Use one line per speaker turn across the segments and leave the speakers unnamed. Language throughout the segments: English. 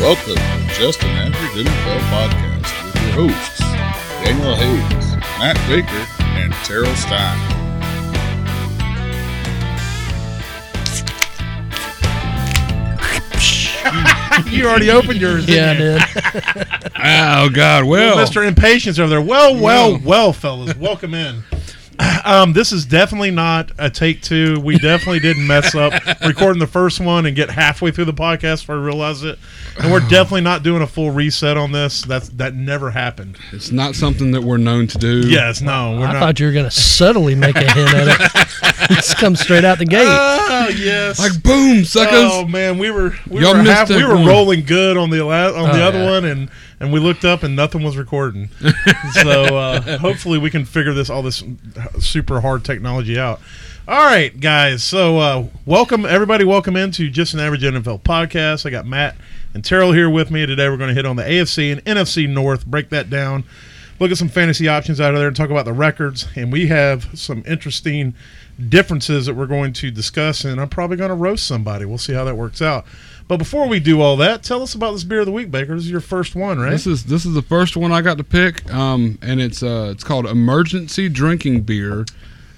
Welcome to Just an Average NFL Podcast with your hosts, Daniel Hayes, Matt Baker, and Terrell Stein.
You already opened yours. didn't
Yeah, I
you?
did.
Oh, God. Well,
Mr. Impatience over there. Well, well, well, fellas, welcome in. Um, this is definitely not a take two. We definitely didn't mess up recording the first one and get halfway through the podcast before I realize it. And we're definitely not doing a full reset on this. That's that never happened.
it's not something that we're known to do.
Yes, no, we're
I
not.
thought you were going to subtly make a hint at it. It's come straight out the gate.
oh yes.
Like, boom, suckers.
Oh man, we were we
Y'all
were
missed
half,
that
we were
one.
rolling good on the la- on the
Oh,
other
yeah.
one, and and we looked up and nothing was recording. so uh, hopefully we can figure this all this super hard technology out. All right, guys. So uh, welcome everybody. Welcome into just an average NFL podcast. I got Matt and Terrell here with me today. We're going to hit on the AFC and NFC North. Break that down. Look at some fantasy options out of there and talk about the records. And we have some interesting differences that we're going to discuss, and I'm probably going to roast somebody. We'll see how that works out. But before we do all that, tell us about this beer of the week, Baker. This is your first one, right?
This is this is the first one I got to pick, um, and it's uh, it's called Emergency Drinking Beer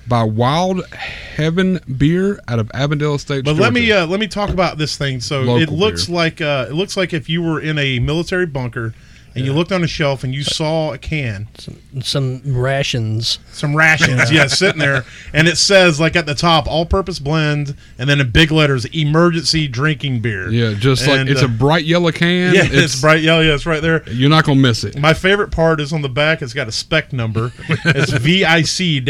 by Wild Heaven Beer out of Avondale State.
But let me
Georgia.
uh, let me talk about this thing. So it
Local
looks
beer.
like uh, it looks like if you were in a military bunker and you looked on a shelf and you saw a can,
Some rations.
some rations, yeah, sitting there, and it says like at the top, all-purpose blend, and then in big letters, emergency drinking beer.
yeah, just like
And,
it's
uh,
a bright yellow can.
yeah, it's, bright yellow. Yeah, it's right there.
You're not gonna miss it.
My favorite part is on the back. It's got a spec number. It's VIC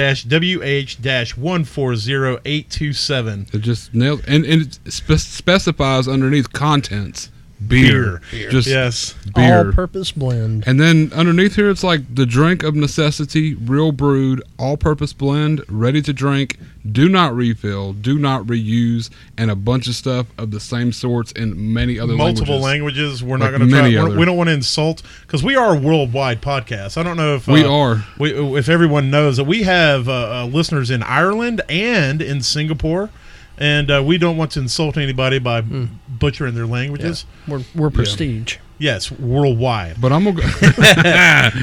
WH one four zero eight two seven.
It just nails and, and it spe- specifies underneath contents beer, just
yes.
beer.
All-purpose blend.
and then underneath here, it's like the drink of necessity, real brewed, all-purpose blend, ready to drink. Do not refill, do not reuse, and a bunch of stuff of the same sorts in many other
multiple
languages.
languages. We're
Like
not going to try.
many
We're,
other-
we don't want to insult because we are a worldwide podcast. I don't know if uh,
We are.
We, if everyone knows that we have uh, uh, listeners in Ireland and in Singapore, and uh, we don't want to insult anybody by butchering their languages.
We're, we're prestige.
Yes, worldwide.
But I'm gonna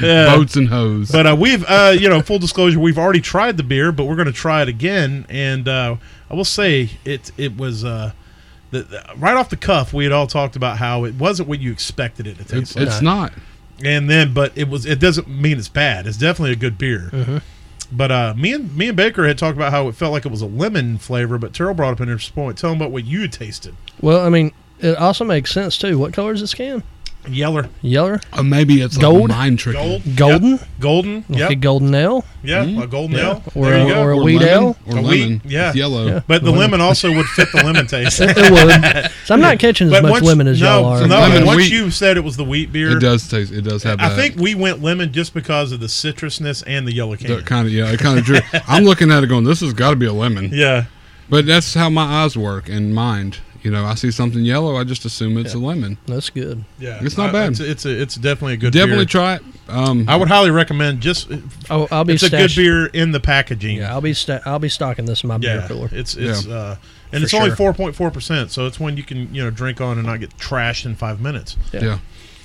go boats and hose.
But uh, we've, uh, you know, full disclosure, we've already tried the beer, but we're going to try it again. And uh, I will say, it it was uh, the, the- right off the cuff. We had all talked about how it wasn't what you expected it to taste
it's,
like.
it's not.
and then but it was it doesn't mean it's bad it's definitely a good beer
Mm-hmm.
but uh me and me and baker had talked about how it felt like it was a lemon flavor but terrell brought up an interesting point tell him about what you had tasted
Well, I mean, it also makes sense, too. What color is this can?
yeller
Yeller?
Or Uh, maybe it's like
Gold?
mind tricking.
gold
Golden?
Yep. golden
Like
yeah
a golden ale?
yeah a golden ale
Or
there
a-
you go
or a-
Or
wheat
lemon,
ale?
or
A
lemon.
wheat, yeah.
It's yellow.
Yeah.
but the lemon also would fit the lemon taste
It, it would. So I'm not catching as
but
much
once,
lemon as
no,
y'all are.
no
Lemon
once
wheat.
you said it was the wheat beer
It does taste. It does have.
i
that.
think we went lemon just because of the citrusness and the yellow can
kind of yeah. It kind of drew. I'm looking at it going, this has got to be a lemon.
yeah
But that's how my eyes work and mind. You know, I see something yellow, I just assume it's a lemon.
That's good.
yeah
It's not
I-
bad.
it's, it's a, it's definitely a good
Definitely
beer.
try it. Um,
I would highly recommend just uh,
Oh, I'll be
it's a good
stash-
beer in the packaging.
Yeah, I'll be sta- I'll be stocking this in my
Yeah,
beer cooler.
it's it's
Yeah.
uh, and
For
it's only
sure.
four point four percent, so it's one you can you know drink on and not get trashed in five minutes.
yeah.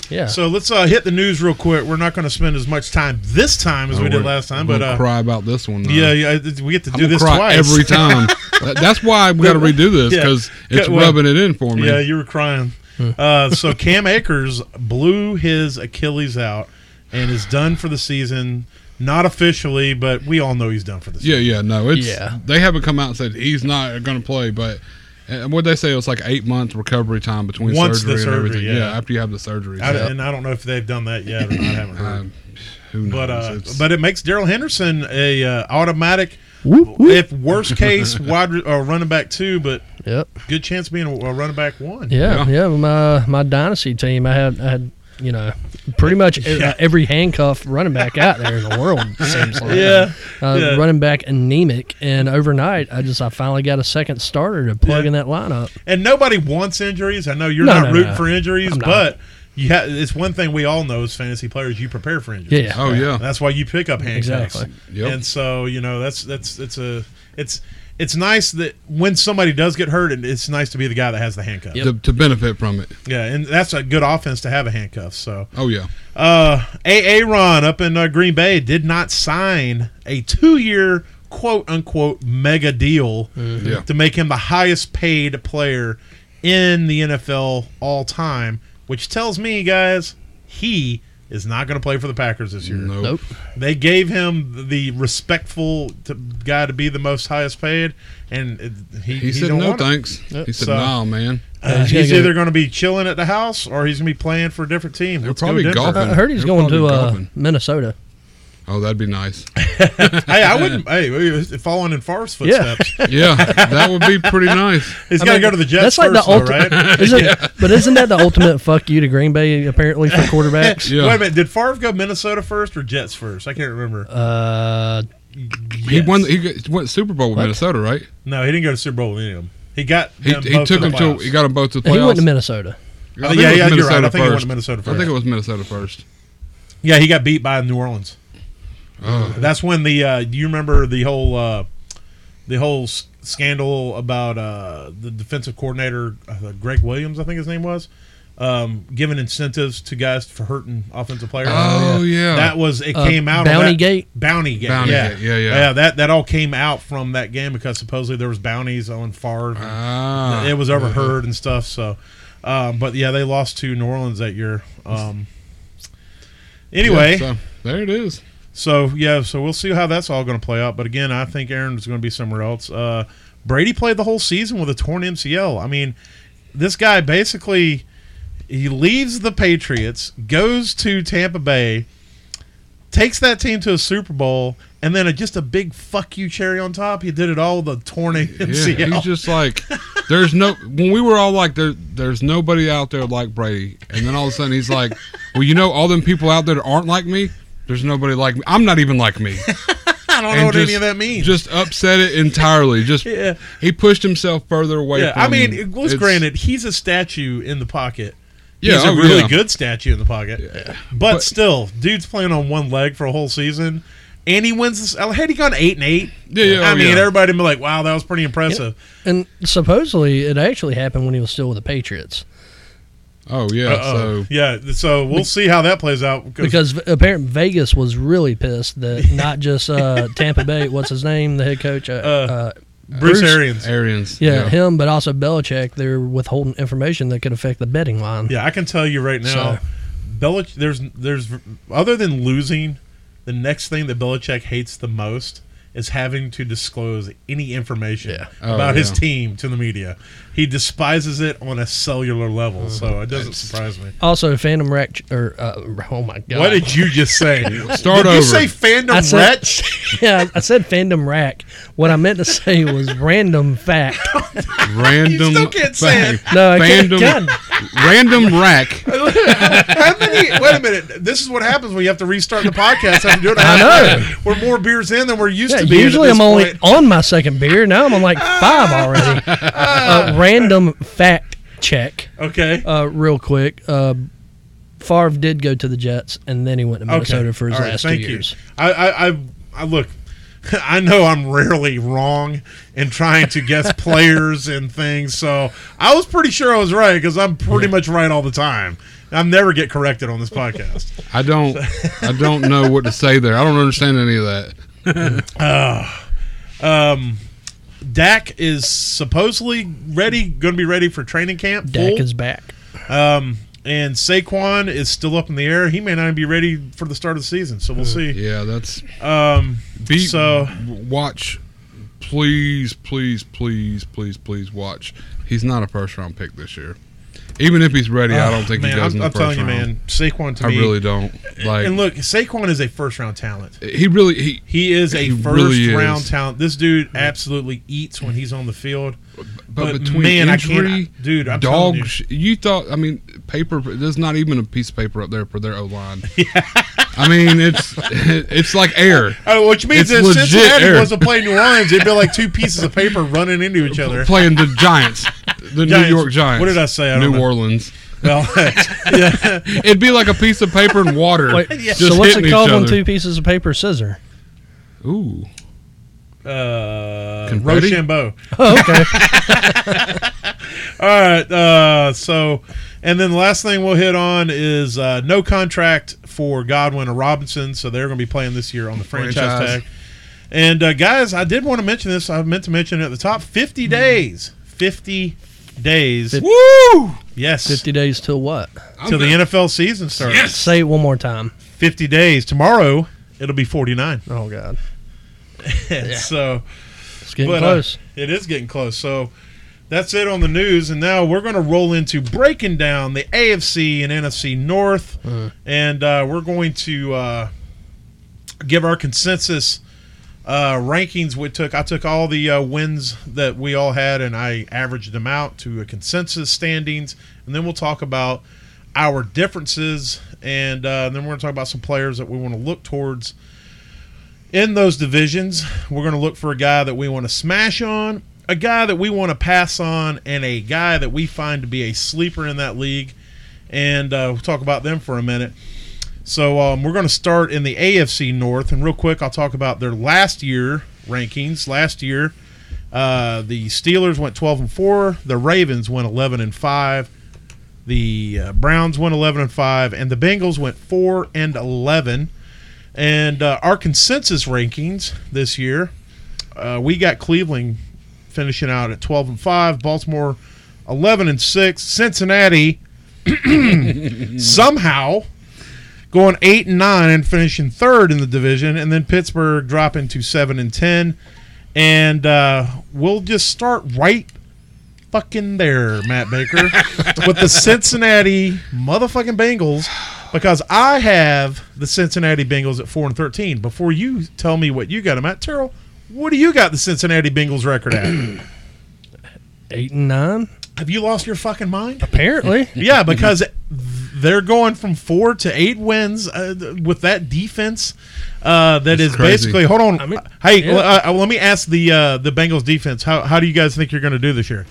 Yeah.
So let's uh, hit the news real quick. We're not going to spend as much time this time as
Uh,
we did
we're-
last time,
we're
but
gonna
uh,
cry about this one. though.
yeah, yeah, I- we get to
I'm
do
gonna
this
cry
twice
every time. That- that's why we got to redo this
Yeah.
because it's
Yeah, well,
rubbing it in for me.
Yeah, you were crying. Uh, so Cam Akers blew his Achilles out and is done for the season. Not officially, but we all know he's done for the season.
Yeah, yeah, no, it's
Yeah.
they haven't come out and said he's not going to play, but uh, what they say it was like eight month recovery time between
Once the
surgery,
surgery,
and everything.
yeah.
after you have the surgery,
I,
so,
And I don't know if they've done that yet or not. I haven't heard.
um, who knows?
But uh,
It's-
but it makes Daryl Henderson a uh, automatic,
Whoop, whoop.
if worst case, wide re- or running back two, but
Yep.
good chance of being a, a running back one.
Yeah, yeah. My my dynasty team, I had I had you know pretty much e-
Yeah.
every handcuff running back out there in the world. it Seems like
Yeah,
Uh,
yeah.
running back anemic, and overnight I just I finally got a second starter to plug in that lineup.
and nobody wants injuries. I know you're
No,
not
no,
rooting
no.
for injuries,
I'm not.
but you ha- it's one thing we all know as fantasy players, you prepare for injuries.
Yeah.
oh yeah,
That's why you pick up handcuffs.
Exactly.
Yep.
And so you know that's that's it's a it's it's nice that when somebody does get hurt, and it's nice to be the guy that has the handcuff.
Yep.
to, to benefit from it.
Yeah, and that's a good offense to have a handcuff. So,
Oh yeah,
uh, A.A. Ron up in uh, Green Bay did not sign a two year quote unquote mega deal
Yeah.
to make him the highest paid player in the NFL all time, which tells me, guys, he is not going to play for the Packers this year.
no,
Nope.
They gave him the respectful to, guy to be the most highest paid, and it, he,
He, said
don't
no
want it.
thanks.
Yep.
He said
So-
nah, man.
Uh,
Yeah,
he's
yeah.
either going to be chilling at the house or he's going to be playing for a different team.
They're
Let's go
probably
Denver.
golfing.
I heard he's
They're
going to
probably
uh,
golfing.
Minnesota.
Oh, that'd be nice.
hey, I wouldn't. Hey, we- we- following in Favre's
Yeah.
footsteps.
Yeah, that would be pretty nice.
He's
I
got to
mean,
go to the Jets
that's like the
first, though,
ulti-
right?
Isn't, But isn't that the ultimate fuck you to Green Bay apparently for quarterbacks?
Yeah.
Wait a minute. Did Favre go Minnesota first or Jets first? I can't remember.
Uh,
He
Yes.
won. He got- went Super Bowl with
What?
Minnesota, right?
No, he didn't go to Super Bowl with any of them. He got.
He,
them
he
both
took
the
him to.
playoffs.
He got them both to the playoffs.
he went to Minnesota.
I think
Oh, yeah,
it was
yeah, you're right.
Minnesota
I think he went
first.
to Minnesota
I
first.
think it was Minnesota first.
Yeah, he got beat by New Orleans.
Oh,
That's when the. Uh, do you remember the whole, uh, the whole s- scandal about uh, the defensive coordinator uh, Greg Williams? I think his name was. Um, giving incentives to guys for hurting offensive players.
oh yeah.
That was it.
Uh,
came out
Bounty
of that,
Gate?
Bounty gate.
Bounty
yeah.
Gate, yeah, yeah.
That that all came out from that game because supposedly there was bounties on Favre.
ah,
it was overheard and stuff. So, um, but yeah, they lost to New Orleans that year. Um, anyway,
Yeah,
so.
so there it is.
yeah, so we'll see how that's all going to play out. But again, I think Aaron is going to be somewhere else. Uh, Brady played the whole season with a torn MCL. I mean, this guy basically he leaves the Patriots, goes to Tampa Bay, takes that team to a Super Bowl, and then a, just a big fuck you cherry on top. He did it all with a torn MCL.
Yeah, he's just like there's no when we were all like there there's nobody out there like Brady. And then all of a sudden he's like, Well, you know all them people out there that aren't like me, there's nobody like me. I'm not even like me.
I don't know
And
what
just-
any of that means.
Just upset it entirely. Just
Yeah.
he pushed himself further away
yeah,
from
I mean, it was
it's-
granted he's a statue in the pocket.
Yeah,
he's a
oh,
really
yeah.
good statue in the pocket. But,
But-
still, dude's playing on one leg for a whole season, and he wins. This, had he gone eight and eight?
Yeah, yeah,
I
oh,
mean,
yeah.
everybody would be like, "Wow, that was pretty impressive."
And supposedly it actually happened when he was still with the Patriots
Oh yeah.
Uh-oh.
So
yeah, so we'll see how that plays out
because v- apparently Vegas was really pissed that not just uh, Tampa Bay, what's his name, the head coach, uh, uh,
Bruce, Arians.
Arians.
yeah, him, but also Belichick, they're withholding information that could affect the betting line.
Yeah, I can tell you right now,
So-
Belich. There's there's other than losing, the next thing that Belichick hates the most is having to disclose any information
Yeah.
Oh,
about his
yeah.
team to the media. He despises it on a cellular
Oh,
level, so it doesn't surprise me.
Also, Phantom Rack, or uh, oh my god,
What did you just say?
Start
did
over.
You say
I
fandom
said-
wretch?
yeah, I said fandom rack. What I meant to say was random fact.
Random
You still can't say it.
thing.
No, I can't-
Fandom,
God.
random rack.
How many- Wait a minute. This is what happens when you have to restart the podcast after doing it.
I know.
We're more beers in than we're used
Yeah,
to being. at
usually
this
I'm only
point.
on my second beer. Now I'm on like five already. Uh, random fact check,
okay.
uh, real quick. Uh, Favre did go to the Jets, and then he went to Minnesota for his
All right,
last two years.
You. I, I, I, I look. I know I'm rarely wrong in trying to guess players and things, so I was pretty sure I was right because I'm pretty much right all the time. I'm never get corrected on this podcast.
I don't I don't know what to say there. I don't understand any of that.
Um, Dak is supposedly ready, going to be ready for training camp.
Dak
full.
is back.
um, and Saquon is still up in the air. He may not even be ready for the start of the season, so
Uh,
we'll see.
Yeah, that's
Um,
Be,
So-
watch, please, please, please, please, please watch. He's not a first round pick this year. Even if he's ready, I don't think
Oh, man,
he goes
I'm,
in the
I'm
first
telling you,
round.
man, Saquon to
I
me
really don't like.
and look, Saquon is a first round talent.
he really he
He is a
He
first
really is.
round talent. This dude absolutely eats when he's on the field.
but,
But
between
man, I can't-
injury,
dude, I'm telling
dog,
you.
sh- you thought. I mean, paper. There's not even a piece of paper up there for their O line. I mean, it's it's like air.
Oh, which
It's
means that if
legit
Cincinnati
air.
was to play New Orleans, it'd be like two pieces of paper running into each other.
Playing the Giants, the
Giants.
New York Giants.
What did I say? I
New
don't know.
Orleans.
Well, yeah,
It'd be like a piece of paper and water.
Wait,
just
so what's
hitting
it
each
called when
other.
two pieces of paper scissor?
Ooh.
uh,
Confetti?
Rochambeau.
Oh, okay.
All right. Uh, so, and then the last thing we'll hit on is uh, no contract for Godwin or Robinson. So they're going to be playing this year on the franchise,
Franchise.
tag. And uh, guys, I did want to mention this. I meant to mention it at the top.
Hmm.
Fifty days. Fifty days.
Fif-
Woo!
yes.
50 days till what?
I'm
Till the
done.
NFL season starts.
Yes.
Say it one more time.
Fifty days. Tomorrow it'll be forty nine.
Oh, God.
So.
It's getting
But, uh,
close.
It is getting close. So that's it on the news. And now we're going to roll into breaking down the AFC and NFC North.
Uh.
And uh, we're going to uh, give our consensus uh, rankings. We took I took all the uh, wins that we all had and I averaged them out to a consensus standings. And then we'll talk about our differences. And, uh, then we're going to talk about some players that we want to look towards in those divisions, we're going to look for a guy that we want to smash on, a guy that we want to pass on, and a guy that we find to be a sleeper in that league. And uh, we'll talk about them for a minute. So um, we're going to start in the AFC North, and real quick, I'll talk about their last year rankings. Last year, uh, the Steelers went 12 and four, the Ravens went 11 and five, the uh, Browns went 11 and five, and the Bengals went four and 11. And uh, our consensus rankings this year, uh, we got Cleveland finishing out at 12 and 5, Baltimore 11 and 6, Cincinnati somehow going 8 and 9 and finishing third in the division, and then Pittsburgh dropping to 7 and 10. And uh, we'll just start right fucking there, Matt Baker, with the Cincinnati motherfucking Bengals because I have the Cincinnati Bengals at four and thirteen. Before you tell me what you got them at, Terrell, what do you got the Cincinnati Bengals record at?
Eight and nine?
have you lost your fucking mind?
Apparently.
Yeah, because they're going from four to eight wins uh, th- with that defense. Uh, that is
crazy.
basically. Hold on.
I mean,
hey,
yeah.
l- uh, uh, let me ask the uh, the Bengals defense. How, how do you guys think you're going to do this year?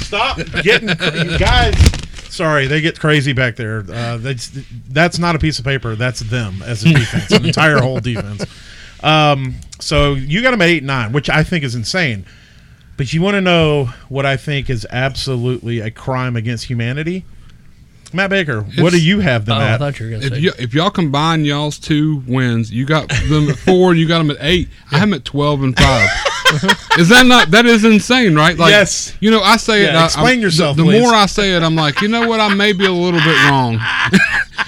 Stop getting you guys. Sorry, they get crazy back there. Uh, that's that's not a piece of paper. That's them as a defense, an entire whole defense. Um, so you got them at eight nine, which I think is insane. But you want to know what I think is absolutely a crime against humanity? Matt Baker, what
It's-
do you have
Oh,
them
I
at?
thought you were going to
If,
say.
y- if y'all combine y'all's two wins, you got them at four, you got them at eight. I have them at twelve and five. is that not that is insane, right? Like,
Yes.
You know, I say it.
Yeah,
I- I'm-
explain yourself,
The, the
please.
more I say it, I'm like, you know what? I may be a little bit wrong.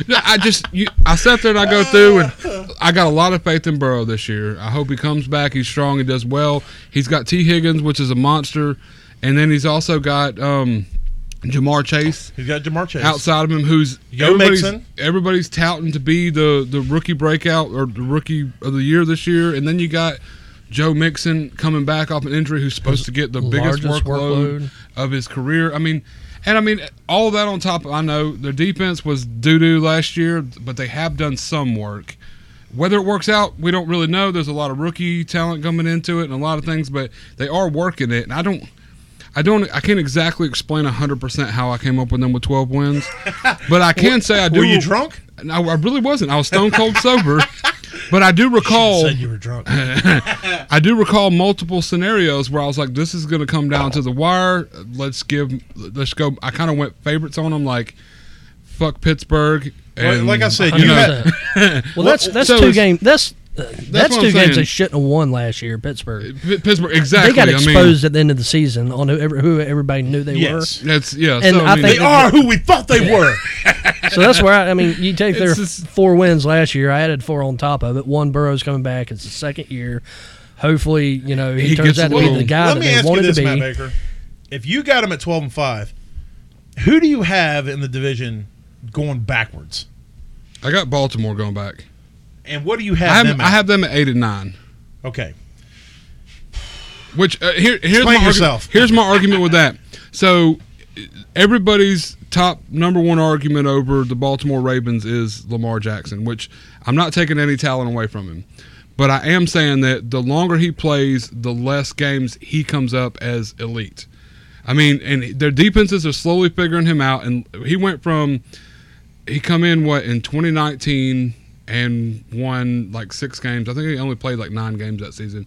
I just you, I sat there and I go through and I got a lot of faith in Burrow this year. I hope he comes back. He's strong. He does well. He's got T Higgins, which is a monster, and then he's also got um, Jamar Chase
He's got Jamar Chase.
outside of him who's
Yo
everybody's,
Mixon.
everybody's touting to be the, the rookie breakout or the rookie of the year this year. And then you got Joe Mixon coming back off an injury who's supposed to get the biggest
largest
workload,
workload.
of his career. I mean, and I mean, all that on top, I know their defense was doo doo last year, but they have done some work. Whether it works out, we don't really know. There's a lot of rookie talent coming into it and a lot of things, but they are working it. And I don't. I don't. I can't exactly explain 100% how I came up with them with 12 wins, but I can say I do.
Were you drunk?
No, I really wasn't. I was stone cold sober, but I do recall.
you were drunk.
Uh, I do recall multiple scenarios where I was like, "This is going to come down to the wire. Let's give. Let's go." I kind of went favorites on them, like, "Fuck Pittsburgh." And,
like I said, you had,
100%. well, that's that's
so
two
is-
games. That's uh, that's,
what I'm
two games
saying.
they shouldn't have won last year. Pittsburgh.
P- Pittsburgh exactly.
they got
I mean,
exposed at the end of the season on who, every- who everybody knew they
yes.
that's yeah.
And
so, I,
I
mean,
They are who we thought they were.
were. So that's where I, I mean, you take their
It's just-
four wins last year. I added four on top of it. One Burrow's coming back. It's the second year. Hopefully, you know he,
He
turns
gets
out to be
along.
the guy
Let
that
me
they
ask you
wanted
this,
to
Matt
be.
Baker. If you got them at 12 and 5, who do you have in the division going backwards?
I got Baltimore going back.
And what do you
I
have
have,
them at?
I have them at eight and nine.
okay.
Which uh, here, here's
Explain
my
yourself.
Argument, here's my argument with that. So everybody's top number one argument over the Baltimore Ravens is Lamar Jackson, which I'm not taking any talent away from him. But I am saying that the longer he plays, the less games he comes up as elite. I mean, and their defenses are slowly figuring him out, and he went from he come in what in 2019 and won like six games. I think he only played like nine games that season.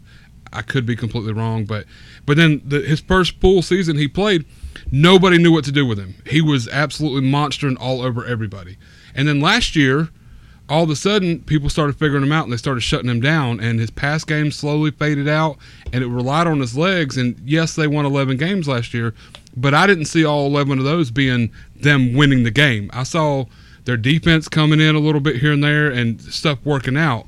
I could be completely wrong, but but then the, his first full season he played, nobody knew what to do with him. He was absolutely monstering all over everybody. And then last year, all of a sudden, people started figuring him out and they started shutting him down. And his pass game slowly faded out, and it relied on his legs. And yes, they won 11 games last year, but I didn't see all 11 of those being them winning the game. I saw their defense coming in a little bit here and there and stuff working out.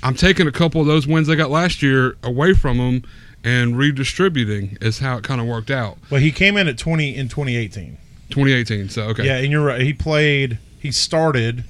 I'm taking a couple of those wins they got last year away from them and redistributing is how it kind of worked out.
Well, he came in at 20 in 2018.
2018. So okay.
Yeah, and you're right. He played. He started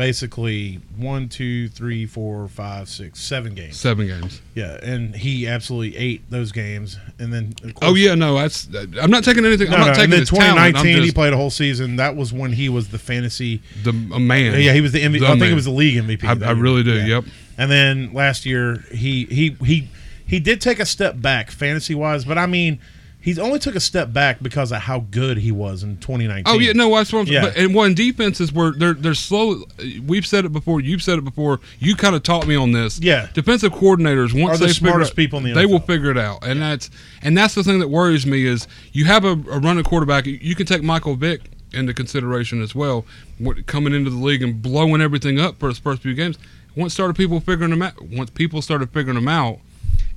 basically one, two, three, four, five, six, seven games.
Seven games.
Yeah, and he absolutely ate those games. And then of
Oh
course-
yeah, no, that's I'm not taking anything.
No,
I'm not
no,
taking
and then
his talent.
2019
I'm
he
just
played a whole season. That was when he was the fantasy.
the a man.
Yeah, he was the MVP.
The
I think
man.
it was the league MVP.
I,
that
I
year.
really do.
Yeah.
Yep.
And then last year he he he he did take a step back fantasy wise, but I mean he's only took a step back because of how good he was in 2019.
Oh yeah, no, that's what I'm
Yeah.
but And one defenses where they're they're slow. We've said it before. You've said it before. You kind of taught me on this.
Yeah.
defensive coordinators once
Are the
they figure
smartest
out-
people in the
they will
NFL.
figure it out. And that's and that's the thing that worries me is you have a, a running quarterback. You- You can take Michael Vick into consideration as well, what, coming into the league and blowing everything up for his first few games. Once started people figuring him out. Once people started figuring him out,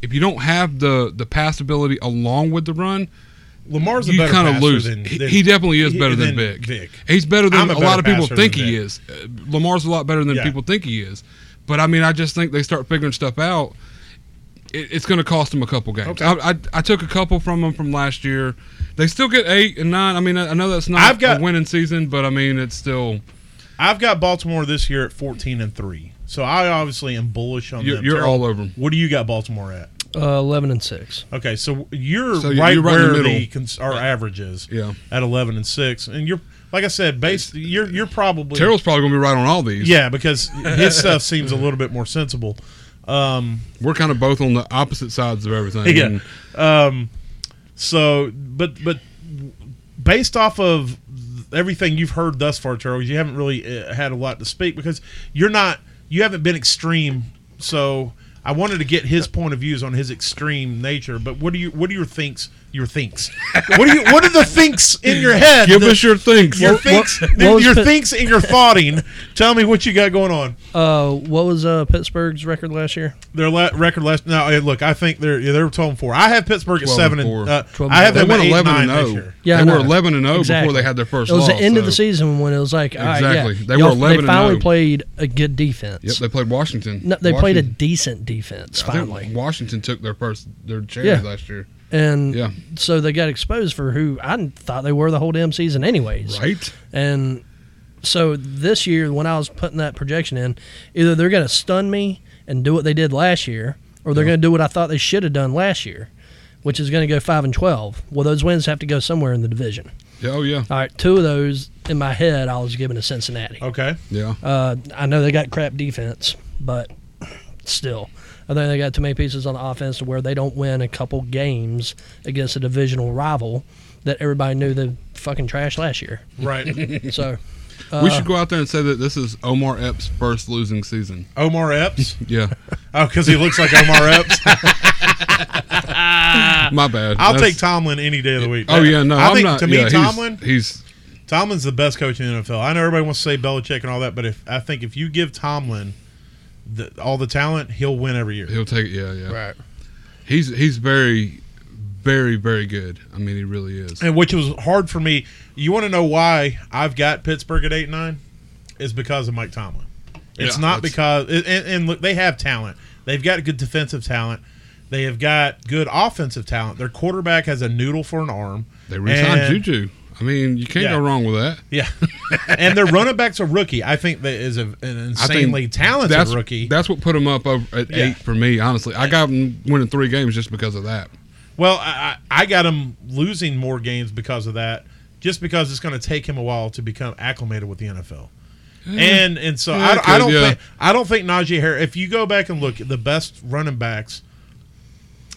if you don't have the the pass ability along with the run,
Lamar's a
you
better
kind of
passer
lose.
Than,
He-
than-
he definitely is better than, Vic. He's better than
I'm a
a, lot
better
of people
passer
think
than
he
Vic.
is. Uh, Lamar's a lot better than
Yeah.
people think he is. But I mean, I just think they start figuring stuff out. It, it's going to cost him a couple games.
Okay.
I, I, I took a couple from them from last year. They still get eight and nine. I mean, I, I know that's not
I've got-
a winning season, but I mean, it's still
I've got Baltimore this year at 14 and three, so I obviously am bullish on
you're,
them.
you're
Terrell,
all over them.
What do you got Baltimore at?
Uh, Eleven and six.
Okay, so you're
So you're right
right,
in the
where
middle.
the cons- our average is
Yeah.
at 11 and six, and you're like I said, based you're you're probably
Terrell's probably going to be right on all these.
Yeah, because his stuff seems a little bit more sensible. Um,
We're kind of both on the opposite sides of everything.
yeah.
And
Um, so, but but based off of everything you've heard thus far, Charles, you haven't really uh, had a lot to speak because you're not you haven't been extreme. So I wanted to get his point of views on his extreme nature. But what do you what are your thinks your thinks? what do you what are the thinks in your head?
Give
that-
us your thinks.
your
What- what-
thinks,
what was
your
Pitt-
thinks, and your thoughting. Tell me what you got going on.
Uh, what was uh, Pittsburgh's record last year?
Their la- record last now. Hey, look, I think they're yeah, they're twelve and four. I have Pittsburgh at
12
seven
and
and,
four.
uh,
12
I have
and
They
them
went
at eight,
11
nine
and
this
0.
year.
Yeah, I
they were
know.
11 and 0 before
Exactly.
they had their first
It was
loss.
the end of the
so-
season when it was like, all right,
Exactly.
yeah,
They were
y'all-
11
They
and
finally
0.
played a good defense.
Yep, they played Washington.
No, they played a
Washington.
decent defense
I think
finally,
Washington took their first their cherry
Yeah.
last year,
and
Yeah.
so they got exposed for who I thought they were the whole damn season, anyways.
right?
And so this year, when I was putting that projection in, either they're going to stun me and do what they did last year, or they're going to do what I thought they should have done last year, which is going to go five and twelve. Well, those wins have to go somewhere in the division.
Yeah, oh yeah,
All right, two of those in my head, I was giving to Cincinnati.
oh.
Okay,
yeah.
Uh, I know they got crap defense, but still, I think they got too many pieces on the offense to where they don't win a couple games against a divisional rival that everybody knew they fucking trash last year.
right.
So Uh,
we should go out there and say that this is Omar Epps' first losing season.
Omar Epps.
Yeah,
Oh, because he looks like Omar Epps.
my bad.
I'll
That's-
take Tomlin any day of the week.
Oh yeah, no,
I
am
think
not.
to me
yeah, he's-
Tomlin,
he's,
Tomlin's the best coach in the NFL. I know everybody wants to say Belichick and all that, but if I think if you give Tomlin the, all the talent, he'll win every year.
he'll take it. Yeah, yeah.
right.
He's he's very, very very good. I mean, he really is.
and which was hard for me. You want to know why I've got Pittsburgh at eight nine? Is because of Mike Tomlin. It's
Yeah,
not
that's-
because and, and look, they have talent. They've got good defensive talent. They have got good offensive talent. Their quarterback has a noodle for an arm.
They resigned
And-
Juju. I mean, you can't
Yeah.
go wrong with that.
Yeah, and their running back's a rookie. I think that is a,
I
an
think
insanely talented
that's,
rookie.
That's what put him up over at
Yeah.
eight for me. Honestly, I got him winning three games just because of that.
Well, I, I I got him losing more games because of that, just because it's going to take him a while to become acclimated with the NFL. And and so
Mm. Yeah,
I,
it
don't- I
could,
don't
yeah.
think I don't think Najee Harris. If you go back and look at the best running backs,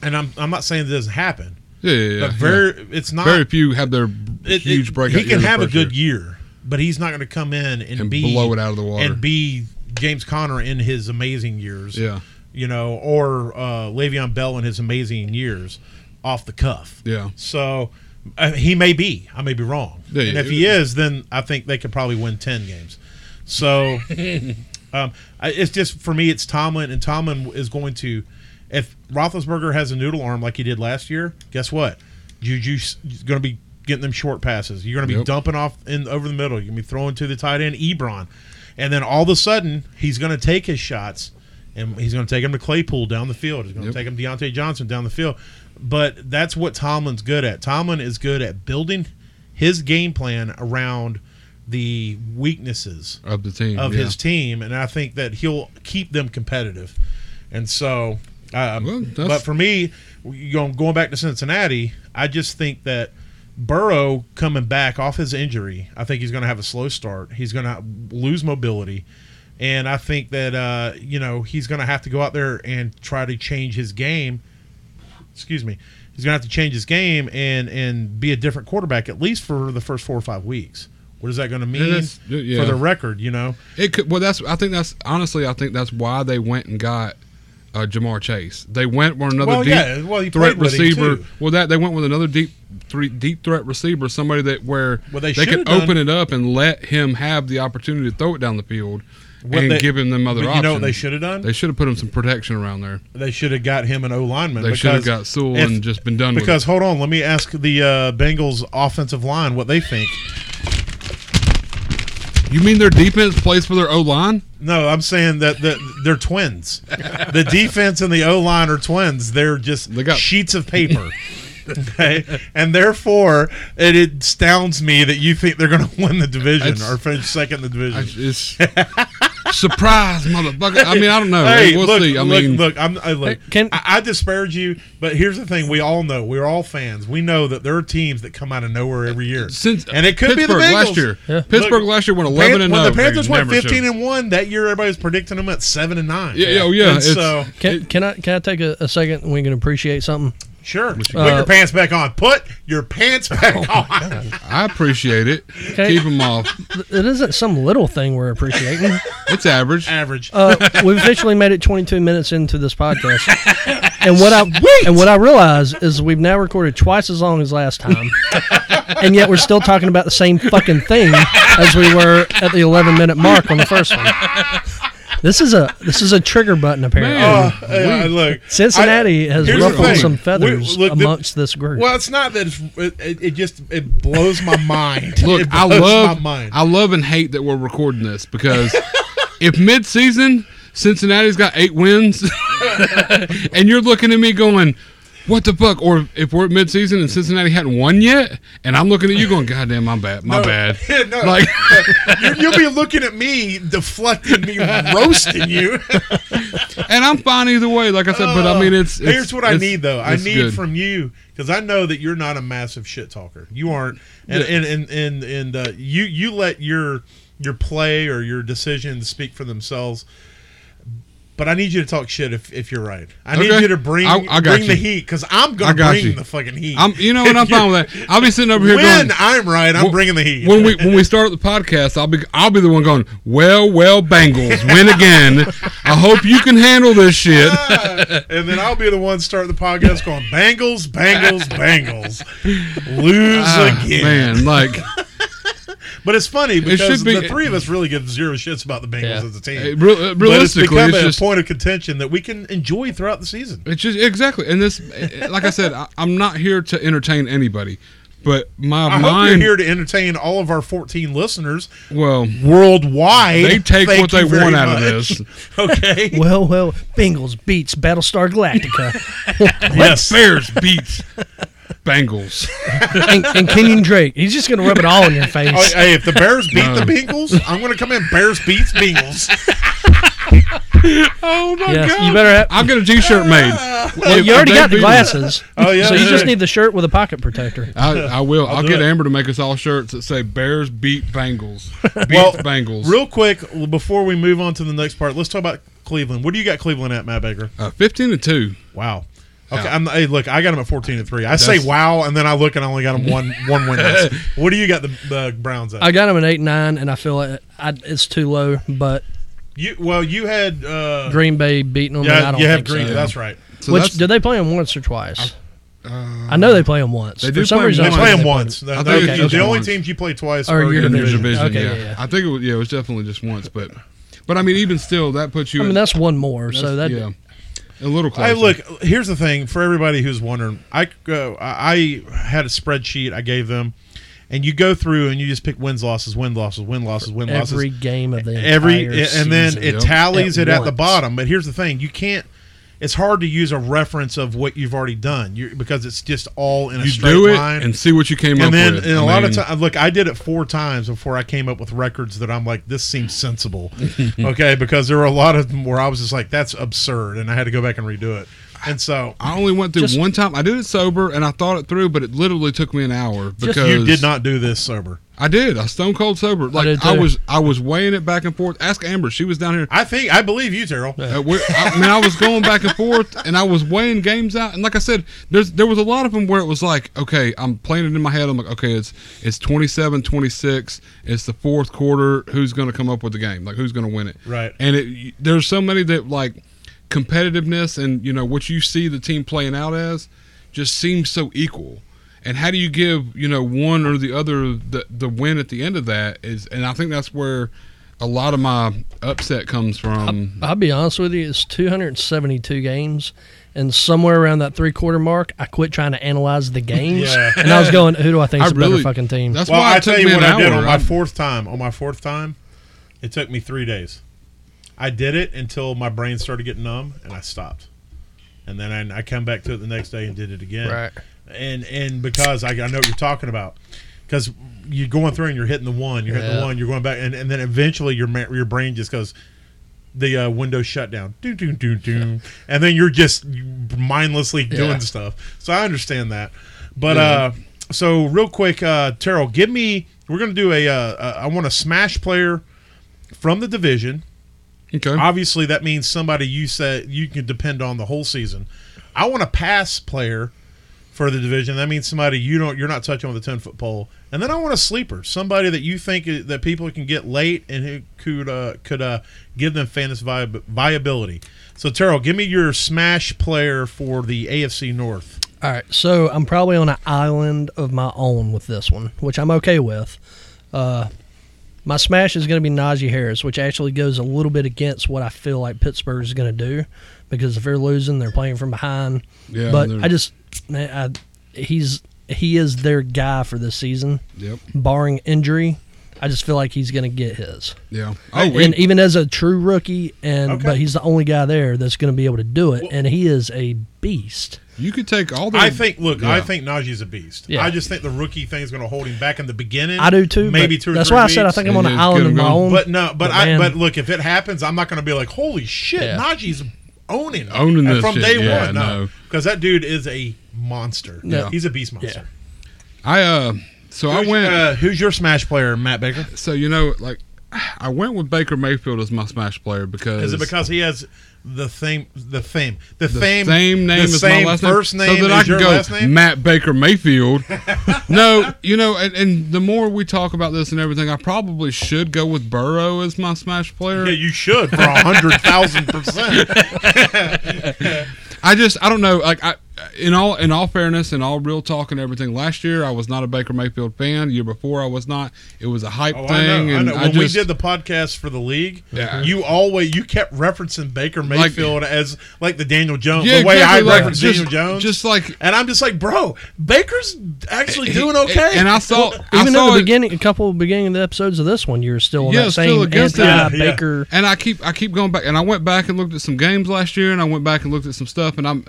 and I'm I'm not saying it doesn't happen,
Yeah, yeah, yeah.
but
yeah.
very it's not
very few have their
it-
huge
it-
breakout.
He can
year
have a
the first
good year, but he's not going to come in and,
And
be
blow it out of the water.
and be James Conner in his amazing years.
Yeah.
You know, or uh, Le'Veon Bell in his amazing years off the cuff.
Yeah.
So uh, he may be. I may be wrong.
Yeah,
and
yeah.
if he is, then I think they could probably win 10 games. So um, I, it's just, for me, it's Tomlin, and Tomlin is going to, if Roethlisberger has a noodle arm like he did last year, guess what? Juju's going to be getting them short passes. You're going to be
Yep.
dumping off in over the middle. You're going to be throwing to the tight end, Ebron. And then all of a sudden, he's going to take his shots. And he's going to take him to Claypool down the field. He's going
Yep.
to take him Deontay Johnson down the field. But that's what Tomlin's good at. Tomlin is good at building his game plan around the weaknesses
of the team.
of
yeah.
his team, and I think that he'll keep them competitive. And so, um,
Well, that's-
but for me, you know, going back to Cincinnati, I just think that Burrow coming back off his injury, I think he's going to have a slow start. He's going to lose mobility. And I think that uh, you know he's going to have to go out there and try to change his game. Excuse me, he's going to have to change his game and and be a different quarterback at least for the first four or five weeks. What is that going to mean
that's- yeah.
for the record? You know,
It could. Well, that's. I think that's honestly. I think that's why they went and got uh, Jamar Chase. They went with another
Well,
deep
yeah, well, he
threat
played with him,
receiver.
too.
Well, that they went with another deep three deep threat receiver, somebody that where
Well, they
could
should've done-
open it up and let him have the opportunity to throw it down the field
What
and
they-
give him them other
but
options.
you know what they should have done?
They should have put him some protection around there.
They should have got him an O lineman.
They should have got Sewell and just been done
because hold on, let me ask the uh, Bengals offensive line what they think.
with it. You mean their defense plays for their O line?
No, I'm saying that the, they're twins. the defense and the O line are twins. They're just
They got-
sheets of paper. okay, and therefore it astounds me that you think they're going to win the division
It's-
or finish second in the division.
It's surprise, motherfucker. I mean, I don't know.
Hey,
we'll
look,
see. I
look,
mean,
look, I'm, I, look
Can-
I, I disparage you, but here's the thing: we all know, we're all fans. We know that there are teams that come out of nowhere every year,
since
and it could
Pittsburgh
be the Bengals.
last year.
Yeah.
Pittsburgh
Look,
last year went
Pan-
eleven and
when
zero.
the Panthers
They
went
never
15
should've.
and one that year, everybody was predicting them at seven and nine.
Yeah, yeah, oh, yeah,
And
it's-
so
Can, can I can I take a, a second? and We can appreciate something.
sure, put
Uh,
your pants back on. Put your pants back
Oh,
on.
I appreciate it.
Okay.
Keep them off.
Th- It isn't some little thing we're appreciating.
It's average.
Average.
Uh, we've officially made it 22 minutes into this podcast, and what I and what I realize is we've now recorded twice as long as last time, and yet we're still talking about the same fucking thing as we were at the 11 minute mark on the first one. This is a this is a trigger button apparently.
Man.
Uh, yeah, look,
Cincinnati
I-
has
here's the
ruffled
thing.
some
We-
feathers
look, the-
amongst this group.
well, it's not that it's, it, it, it just it blows my mind.
Look,
It
I
blows
love,
my mind.
I love and hate that we're recording this because if mid-season Cincinnati's got eight wins, and you're looking at me going. What the fuck? Or if we're at midseason and Cincinnati hadn't won yet, and I'm looking at you going, "God damn, my bad, my
No.
bad."
No.
Like,
you, you'll be looking at me, deflecting me, roasting you.
and I'm fine either way. Like I said, but I mean, it's, it's
Uh, Here's what I
it's-
need, though. I
it's
need
good.
from you because I know that you're not a massive shit talker. You aren't, and
Yeah.
and and and, and uh, you you let your your play or your decisions speak for themselves. But I need you to talk shit if, if you're right. I need
Okay.
you to bring
I- I got
bring the
you.
heat because I'm
I
gonna
got
bring
you.
the fucking heat.
I'm, you know, and I'm fine with that. I'll be sitting over here
when
going,
I'm right, I'm
Wh-
bringing the heat.
when we when we start the podcast, I'll be I'll be the one going, well, well, Bengals win again. I hope you can handle this shit.
and then I'll be the one starting the podcast going Bengals, Bengals, Bengals, lose
Ah,
again.
man, like
But it's funny because
should be-
the three of us really give zero shits about the Bengals as a team.
eh, real- eh,
but it's
realistically,
become
it's
a
just
point of contention that we can enjoy throughout the season.
it's just exactly. And this, eh, like I said, I, I'm not here to entertain anybody, but my
I hope you're
mind.
here to entertain all of our 14 listeners
well,
worldwide.
They take
Thank
what they
you very
want out of
much.
this.
okay.
well, well, Bengals beats Battlestar Galactica,
yes.
Bears beats Bengals.
and, and Kenyon Drake. He's just gonna rub it all in your face.
Oh, hey, if the Bears beat
No.
the Bengals, I'm going to come in. Bears beats Bengals.
Oh my
Yes, you better have.
I'll get a T-shirt made.
Well, you
If
already
they
got
beat
the
'em.
glasses.
Oh, yeah,
So you
yeah.
just need the shirt with a pocket protector.
I, I will. I'll,
do
get
it.
Amber to make us all shirts that say Bears beat Bengals. Beats Bengals.
Real quick, before we move on to the next part, let's talk about Cleveland. What do you got Cleveland at, Matt Baker?
Uh, 15 and 2.
Wow. Okay,
Yeah.
I'm, hey, look, I got them at 14 and 3. I say
That's-
wow, and then I look and I only got them one, one win. less. What do you got the, the Browns at?
I got him an eight nine, and I feel it. I, it's too low, but
You well, you had uh,
Green Bay beating them. and I
yeah,
don't
you have
think
green.
so.
That's right.
So
Which
that's-
did they play them once or twice?
uh,
I know they play them once.
They
For
do
some
play 'em
reason,
They
once.
I
play
don't
them
think
once.
I
The,
think
it's just
the only
once.
teams you play twice
Or
are
your
your
in your
division.
division.
Okay,
yeah.
yeah, yeah.
I think it was, yeah, it was definitely just once, but but I mean, even still, that puts you.
I
in,
mean, that's one more.
that's-
so that
yeah, a little closer.
I look. Here's the thing for everybody who's wondering. I uh, I I had a spreadsheet I gave them, and you go through and you just pick wins, losses, win, losses, win, losses, win, losses.
every game of the
every
entire
and then
season.
it
Yep.
tallies
At
it at the
once.
bottom but here's the thing you can't it's hard to use a reference of what you've already done you because it's just all in a
you
straight
do it
line
and see what you came
and
up
then
with.
and a
I
lot of
mean,
times look i did it four times before i came up with records that i'm like this seems sensible okay because there were a lot of them where i was just like that's absurd and i had to go back and redo it and so
I only went through
Just-
one time. I did it sober, and I thought it through, but it literally took me an hour because
you did not do this sober
I did. I stone cold sober. Like
did
I,
too.
was, I was weighing it back and forth. Ask Amber. She was down here.
i think i believe you terrell
Uh, we're, I mean, I was going back and forth, and I was weighing games out. And like I said, there's there was a lot of them where it was like, okay, I'm playing it in my head. I'm like, okay, it's it's 27, 26. It's the fourth quarter. Who's going to come up with the game? Like, who's going to win it?
Right.
And it, there's so many that like competitiveness and you know what you see the team playing out as just seems so equal. And how do you give you know one or the other the the win at the end of that is? And I think that's where. A lot of my upset comes from.
I'll be honest with you, it's 272 games, and somewhere around that three quarter mark, I quit trying to analyze the games,
Yeah.
and I was going, "Who do I think
I
is a
really-
better fucking team?"
That's
well,
why
I
it took
tell you
me an
what I did
hour.
on my
I-
fourth time. On my fourth time, it took me three days. I did it until my brain started getting numb, and I stopped. And then I, I come back to it the next day and did it again.
Right.
And and because I, I know what you're talking about, because you're going through and you're hitting the one, you're hitting
Yeah.
the one, you're going back, and, and then eventually your ma- your brain just goes. The uh, window shut down, do do do do, and then you're just mindlessly
Yeah.
doing stuff. So I understand that, but
Yeah.
uh, so real quick, uh, Terrell, give me. We're gonna do a. Uh, uh, I want a smash player from the division.
Okay.
Obviously, that means somebody you said you can depend on the whole season. I want a pass player for the division. That means somebody you don't you're not touching with a ten foot pole. And then I want a sleeper, somebody that you think i- that people can get late and who could uh, could uh, give them fantasy viab- viability. So Terrell, give me your smash player for the AFC North.
All right, so I'm probably on an island of my own with this one, which I'm okay with. Uh, my smash is going to be Najee Harris, which actually goes a little bit against what I feel like Pittsburgh is going to do, because if they're losing, they're playing from behind.
Yeah,
but
they're-
I just, man, I, he's he is their guy for this season,
Yep.
barring injury. I just feel like he's going to get his,
Yeah. Oh,
and
we,
even as a true rookie, and
Okay.
but he's the only guy there that's going to be able to do it, and he is a beast.
you could take all the.
I think. Look, I
Yeah.
think Najee's a beast.
Yeah.
I just think the rookie thing is going to hold him back in the beginning.
I do too.
Maybe
but
two. Or
That's
three
why I said I
weeks.
think I'm on
Yeah,
an
just get
island of
'em
my
going.
own.
But no, but
But
I
man-
but look, if it happens, I'm not going to be like, holy shit,
Yeah.
Najee's owning
Owning
and
this
from
shit,
day
yeah,
one. No,
no.
because that dude is a monster.
Yeah.
he's a beast monster.
I uh. So I
Who's,
went.
uh, who's your smash player, Matt Baker?
so you know, like, I went with Baker Mayfield as my smash player because.
Is it because he has the theme, the theme, the,
the
theme,
same name
the
as
same
my last
first
name,
name,
so that
as
I can
your
go
last name?
Matt Baker Mayfield. no, you know, and, and the more we talk about this and everything, I probably should go with Burrow as my smash player.
yeah, you should for a hundred thousand percent.
I just I don't know. Like I, in all in all fairness, in all real talk and everything, last year I was not a Baker Mayfield fan. Year before I was not. It was a hype
Oh,
thing,
I know. I
and
know.
I,
When
just
we did the podcast for the league,
Yeah.
you always you kept referencing Baker
Like-
Mayfield as like the Daniel Jones,
Yeah,
the way
exactly,
I
like,
referenced
just-
Daniel Jones,
just like-
and I'm just like, bro, Baker's actually doing
He-
okay.
And I saw I
even
saw
in the
it-
beginning, a couple of beginning of the episodes of this one, you were still on
Yeah,
that
still
same
against it.
anti
Yeah, yeah.
Baker.
and I keep I keep going back and I went back and looked at some games last year and I went back and looked at some stuff and I'm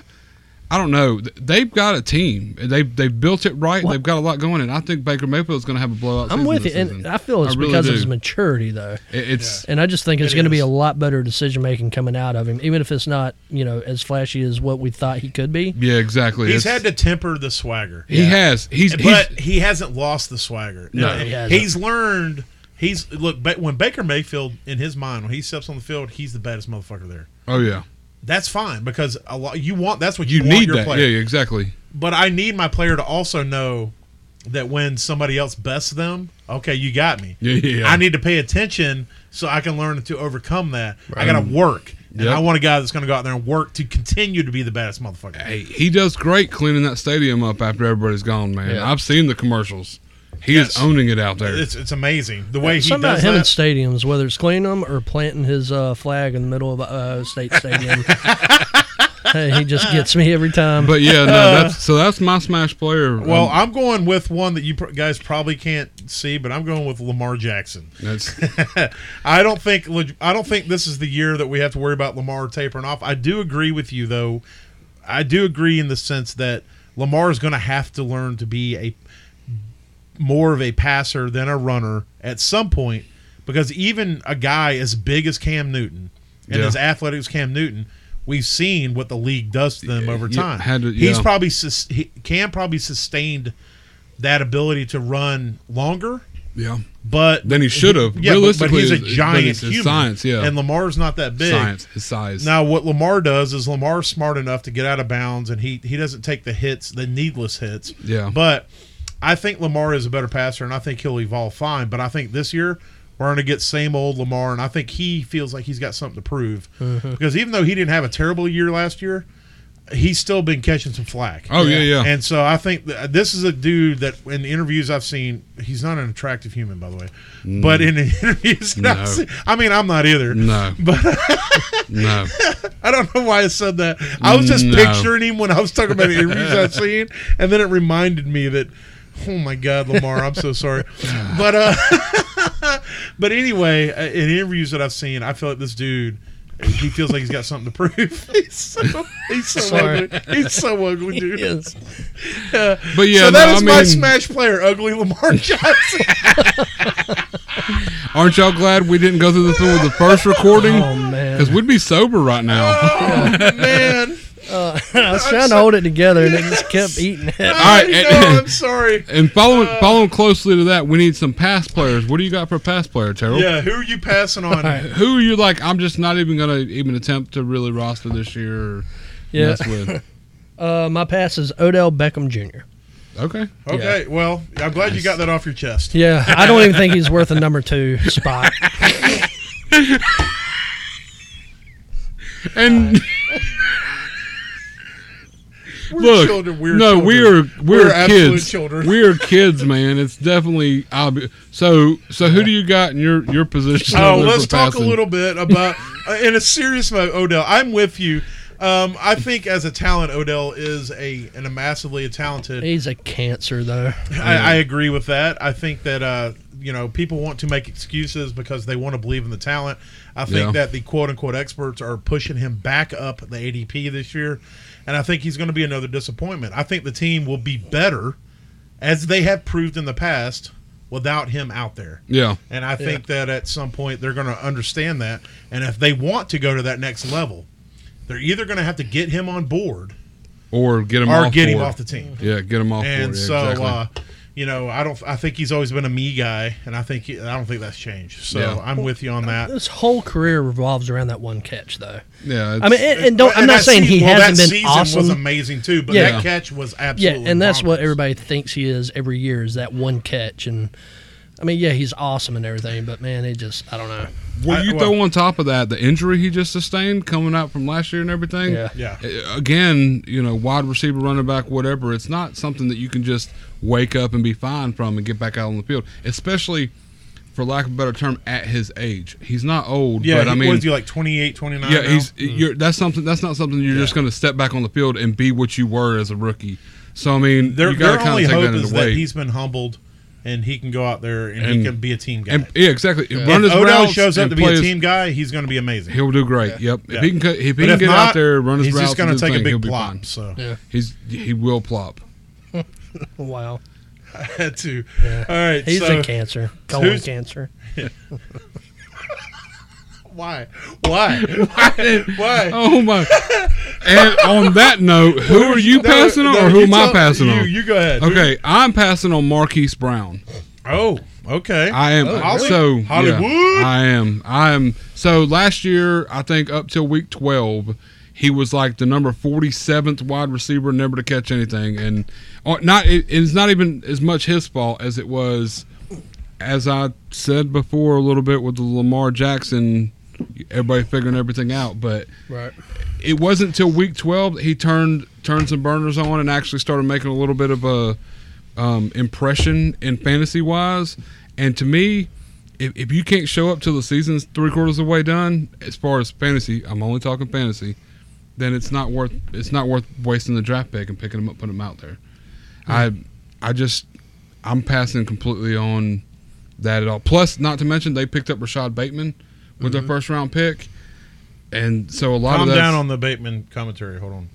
I don't know Th- they've got a team they've they've built it right
What?
they've got a lot going and I think Baker Mayfield's going to have a blowout.
I'm
season
with you,
this
and
season.
I feel it's
I really
because of his
do.
maturity, though,
It- it's
and I just think it's
It
going to be
is.
a lot better decision making coming out of him, even if it's not you know as flashy as what we thought he could be.
yeah, exactly
He's
It's-
had to temper the swagger.
he has he's he's
but he hasn't lost the swagger.
No,
And
he hasn't.
he's learned. He's look Ba- when Baker Mayfield in his mind when he steps on the field, he's the baddest motherfucker there.
oh yeah
That's fine because a lot you want. That's what you,
you
want
need
your
that
player.
yeah yeah, exactly
but I need my player to also know that when somebody else bests them, okay, you got me.
Yeah, yeah, yeah.
I need to pay attention so I can learn to overcome that. I got to work. And
Yep.
I want a guy that's going to go out there and work to continue to be the baddest motherfucker.
Hey, he does great cleaning that stadium up after everybody's gone, man.
Yeah.
I've seen the commercials. He is
Yes.
owning it out there.
It's it's amazing the way he
Something about
does
him in
that.
stadiums, whether it's cleaning them or planting his uh, flag in the middle of Ohio State Stadium. hey, he just gets me every time.
but yeah, no, that's so that's my smash player.
Well,
Um,
I'm going with one that you pr- guys probably can't see, but I'm going with Lamar Jackson.
that's
I don't think leg- I don't think this is the year that we have to worry about Lamar tapering off. I do agree with you though. I do agree in the sense that Lamar is going to have to learn to be a more of a passer than a runner at some point because even a guy as big as Cam Newton and
Yeah.
as athletic as Cam Newton, we've seen what the league does to them over
you
time.
had to-
He's
yeah.
probably sus- he, Cam probably sustained that ability to run longer
yeah.
but
Than he should have.
Yeah, but- but,
Realistically,
he's a
it's- but
giant
it's his
human.
science, yeah.
and Lamar's not that big.
Science, his size.
Now, what Lamar does is Lamar's smart enough to get out of bounds, and he he doesn't take the hits, the needless hits.
Yeah.
But I think Lamar is a better passer, and I think he'll evolve fine. But I think this year we're going to get same old Lamar, and I think he feels like he's got something to prove because even though he didn't have a terrible year last year, he's still been catching some flack.
oh yeah, yeah.
And so I think th- this is a dude that in the interviews I've seen, he's not an attractive human, by the way. But in the interviews, that I've
No.
seen- I mean, I'm not either.
no,
But
no.
I don't know why I said that. I was just
No.
picturing him when I was talking about the interviews I've seen, and then it reminded me that, oh my God, Lamar, I'm so sorry. But uh, but anyway, uh, in interviews that I've seen, I feel like this dude. He feels like he's got something to prove. he's so, he's so
Sorry.
ugly. He's so ugly, dude.
Yes.
But yeah,
so that
no,
is
I
my
mean,
smash player, ugly Lamar Johnson.
aren't y'all glad we didn't go through the thing with the first recording?
Oh man,
Because we'd be sober right now.
oh, man.
I was trying to hold it together and it just kept eating it.
right,
I
and-
know, I'm sorry.
And following
Uh,
following closely to that, we need some pass players. What do you got for a pass player, Terrell?
Yeah, who are you passing on?
Who are you like? I'm just not even gonna even attempt to really roster this year. Or
Yeah.
mess with.
Uh, my pass is Odell Beckham Jr.
Okay.
Okay, well, I'm glad you got that off your chest.
Yeah, I don't even think he's worth a number two spot.
And
We're
look,
children. We're
no,
children.
we are we're,
We're absolute
kids.
children.
We are kids, man. It's definitely obvious. So so who do you got in your your position?
Oh,
over
let's
for
talk a
passing?
little bit about uh, in a serious mode, Odell. I'm with you. Um, I think as a talent, Odell is a and a massively talented.
He's a cancer though.
I, I agree with that. I think that uh, you know people want to make excuses because they want to believe in the talent. I think
Yeah.
that the quote unquote experts are pushing him back up the ADP this year, and I think he's going to be another disappointment. I think the team will be better as they have proved in the past without him out there.
Yeah.
And I think that at some point they're going to understand that. And if they want to go to that next level, they're either going to have to get him on board
Or get him
or
off
get him
board.
off the team
Yeah, get him off
and
board. Oh, Yeah,
so
exactly.
uh, you know i don't i think he's always been a me guy and i think he, i don't think that's changed so
Yeah.
i'm with you on that
This whole career revolves around that one catch though.
yeah,
I
it's-
mean, and, and don't. I'm
And
not
that
saying he
se- well,
hasn't
that
been
season was
awesome.
amazing too but
Yeah.
that catch was
Yeah,
absolutely
and that's what
bonkers.
everybody thinks he is every year is that one catch. And I mean, yeah, he's awesome and everything, but man, it just I don't know.
Well,
I-
you
well-
throw on top of that the injury he just sustained coming out from last year and everything.
Yeah.
Yeah.
Uh, Again, you know, wide receiver, running back, whatever. It's not something that you can just wake up and be fine from and get back out on the field, especially for lack of a better term, at his age. He's not old,
yeah
but I
he-
mean,
what is he like 28 29
yeah,
now?
he's you're that's something that's not something you're just going to step back on the field and be what you were as a rookie. So I mean,
their,
you got
their
to kind
only
of take
hope
that into
is that
weight.
he's been humbled and he can go out there and, he
And-
can be a team guy
and yeah, exactly. Run
if
his
odell
routes
shows up
and
to be
play
a
his-
team guy he's going to be amazing
He'll do great. Yep.
Yeah.
If he can, cut- if he
But
can
if
get
not,
out there, run his
he's
routes,
just going to
and do his
take a
thing, he'll
big
be
plop
fine.
so
Yeah.
He's he will plop.
Wow.
had to all right
He's
so
a cancer. Colon
who's-
cancer.
why why why
Oh my! and on that note, who are you
No,
passing on,
no,
or who
you
am I
tell-
passing
you,
on?
You go ahead.
okay, I'm passing on Marquise Brown.
Oh, okay. Oh,
I am
Holly-
so yeah,
Hollywood?
I am. I am. So last year, I think up till week twelve, he was like the number 47th wide receiver never to catch anything and or not it, it's not even as much his fault as it was as I said before a little bit with the Lamar Jackson everybody figuring everything out but
Right.
it wasn't till week 12 that he turned turned some burners on and actually started making a little bit of a um, impression in fantasy wise and to me if, if you can't show up till the season's three quarters of the way done as far as fantasy i'm only talking fantasy then it's not worth it's not worth wasting the draft pick and picking them up putting them out there i i just i'm passing completely on that at all plus not to mention they picked up rashad bateman with their first round pick and so a lot
Mm-hmm. Calm
of that's,
down on the Bateman commentary. Hold on,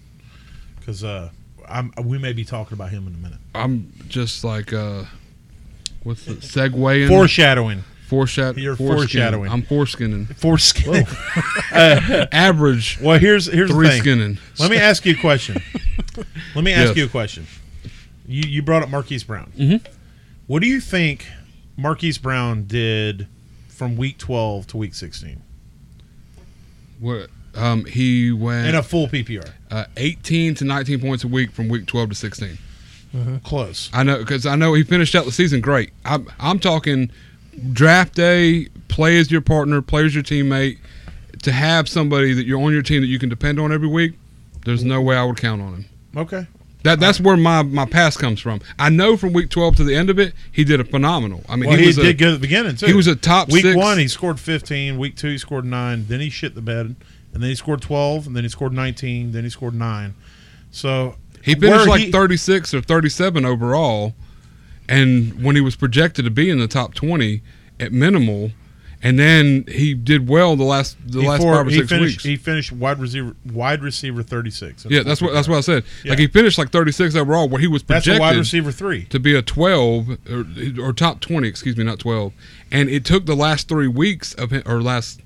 because uh, I'm we may be talking about him in a minute.
I'm just like uh what's the segueing
Foreshadowing,
Foreshad-
You're
foreskin.
foreshadowing.
I'm foreskinning.
foreskinning.
Average
well, here's here's the
three
thing.
skinning.
Let me ask you a question. Let me ask
Yes.
you a question. You you brought up Marquise Brown.
Mhm.
What do you think Marquise Brown did from week 12 to week 16
What um he
in
went
a full PPR?
uh, 18 to 19 points a week from week 12 to 16.
Close.
I know because I know he finished out the season great. I'm I'm talking draft day. Play as your partner. Play as your teammate. To have somebody that you're on your team that you can depend on every week, there's no way I would count on him.
Okay.
That that's where my my pass comes from. I know from week twelve to the end of it, he did a phenomenal. I mean,
Well,
he,
he,
was
did
a,
good at the beginning too.
he was a top
week
six.
one. He scored 15. Week two, he scored nine. Then he shit the bed, and then he scored 12, and then he scored 19. Then he scored nine. So
He finished
where
like
he-
thirty six or thirty seven overall, and when he was projected to be in the top twenty at minimal, and then he did well the last the
he
last
for-
five or
he
six
finished,
weeks.
He finished wide receiver wide receiver 36.
yeah, that's what that's what I said.
Yeah.
Like he finished like thirty six overall, where he was
That's a
projected
wide receiver three.
to be a 12 or, or top 20 excuse me not 12 and it took the last three weeks of him or last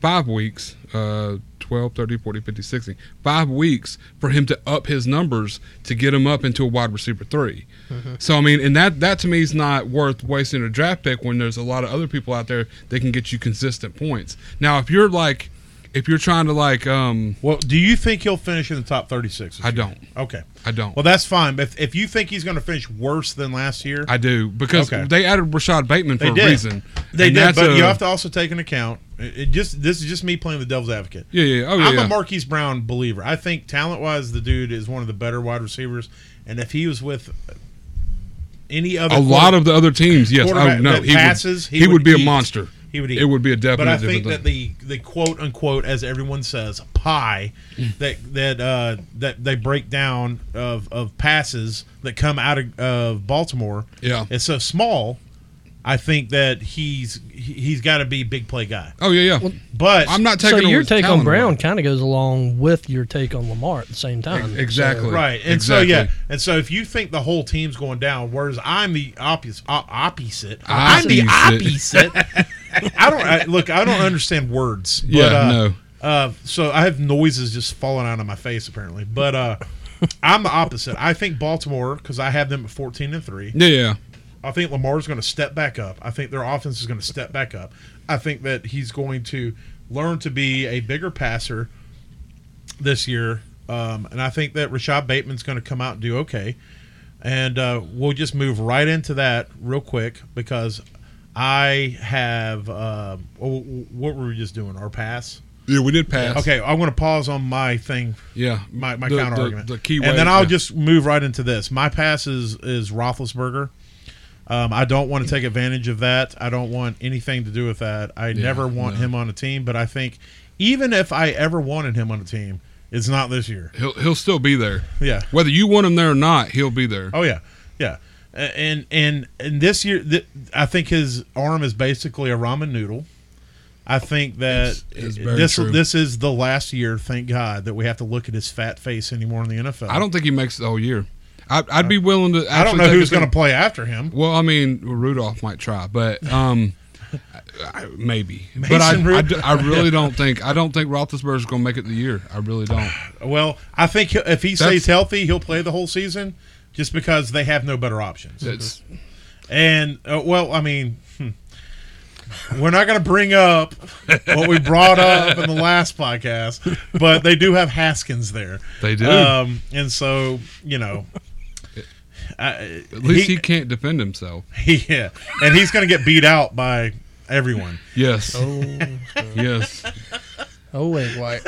five weeks uh 12 30 40 50 60 five weeks for him to up his numbers to get him up into a wide receiver 3
Mm-hmm.
so i mean and that that to me is not worth wasting a draft pick when there's a lot of other people out there that can get you consistent points now if you're like if you're trying to like um
Well, do you think he'll finish in the top 36?
i don't
Okay.
i don't
Well, that's fine. If, if you think he's going to finish worse than last year,
I do because
Okay.
they added Rashad Bateman for
They
a
did.
reason.
they
And
did,
that's
but
a-
you have to also take into account. It, it just this is just me playing the devil's advocate.
Yeah, yeah. Oh, yeah.
I'm
yeah.
a Marquise Brown believer. I think talent wise, the dude is one of the better wide receivers. And if he was with any other
a lot of the other teams, yes.
quarterback
Oh, no.
that
He,
passes,
would,
he
he, would
would
be a
eat.
monster.
he would eat.
It would be a definite
but I think
different
that
thing.
the the quote unquote, as everyone says, pie that that uh, that they break down of of passes that come out of of Baltimore
Yeah.
is so small. I think that he's he- he's got to be big play guy.
Oh, yeah, yeah.
But
I'm not
So
taking
your
away
take on
talent
Brown
away.
kind of goes along with your take on Lamar at the same time.
Ex- exactly.
right, and
Exactly.
so yeah, and so if you think the whole team's going down, whereas I'm the opposite, opposite, I'm the
Opposite.
opposite. I don't I, look. I don't understand words. But,
Yeah,
uh,
no.
Uh, so I have noises just falling out of my face apparently, but uh, I'm the opposite. I think Baltimore because I have them at 14 and three.
Yeah, yeah.
I think Lamar's going to step back up. I think their offense is going to step back up. I think that he's going to learn to be a bigger passer this year. Um, and I think that Rashad Bateman's going to come out and do okay. And uh, we'll just move right into that real quick because I have. Uh, w- w- what were we just doing? Our pass?
Yeah, we did pass.
Okay, I want to pause on my thing
Yeah.
my, my
the,
counter
the,
argument.
The key
and
way-
then I'll
yeah.
just move right into this. My pass is is Roethlisberger. Um, I don't want to take advantage of that. I don't want anything to do with that. I never want
no.
him on a team. But I think even if I ever wanted him on a team, it's not this year.
He'll, he'll still be there.
Yeah.
Whether you want him there or not, he'll be there.
Oh yeah, yeah. A- And and and this year, th- I think his arm is basically a ramen noodle. I think that
It's- it's very
this
true.
this is the last year, thank God, that we have to look at his fat face anymore in the NFL.
I don't think he makes it the whole year. Uh, I, I'd be willing to.
I don't
actually
know
take a
who's
thing-
going to play after him.
Well, I mean, Rudolph might try, but um, I, I, maybe.
Mason
but I, I,
Rud-
d- I really don't think I don't think Roethlisberger's going to make it the year. I really don't.
Well, I think he- if he
That's-
stays healthy, he'll play the whole season, just because they have no better options.
It's,
And uh, well, I mean, hmm. We're not going to bring up what we brought up in the last podcast, but they do have Haskins there.
They do.
Um, and so, you know, I,
At least he, can't defend himself.
he- yeah, and he's going to get beat out by everyone.
Yes,
Oh,
uh,
yes.
oh wait, white.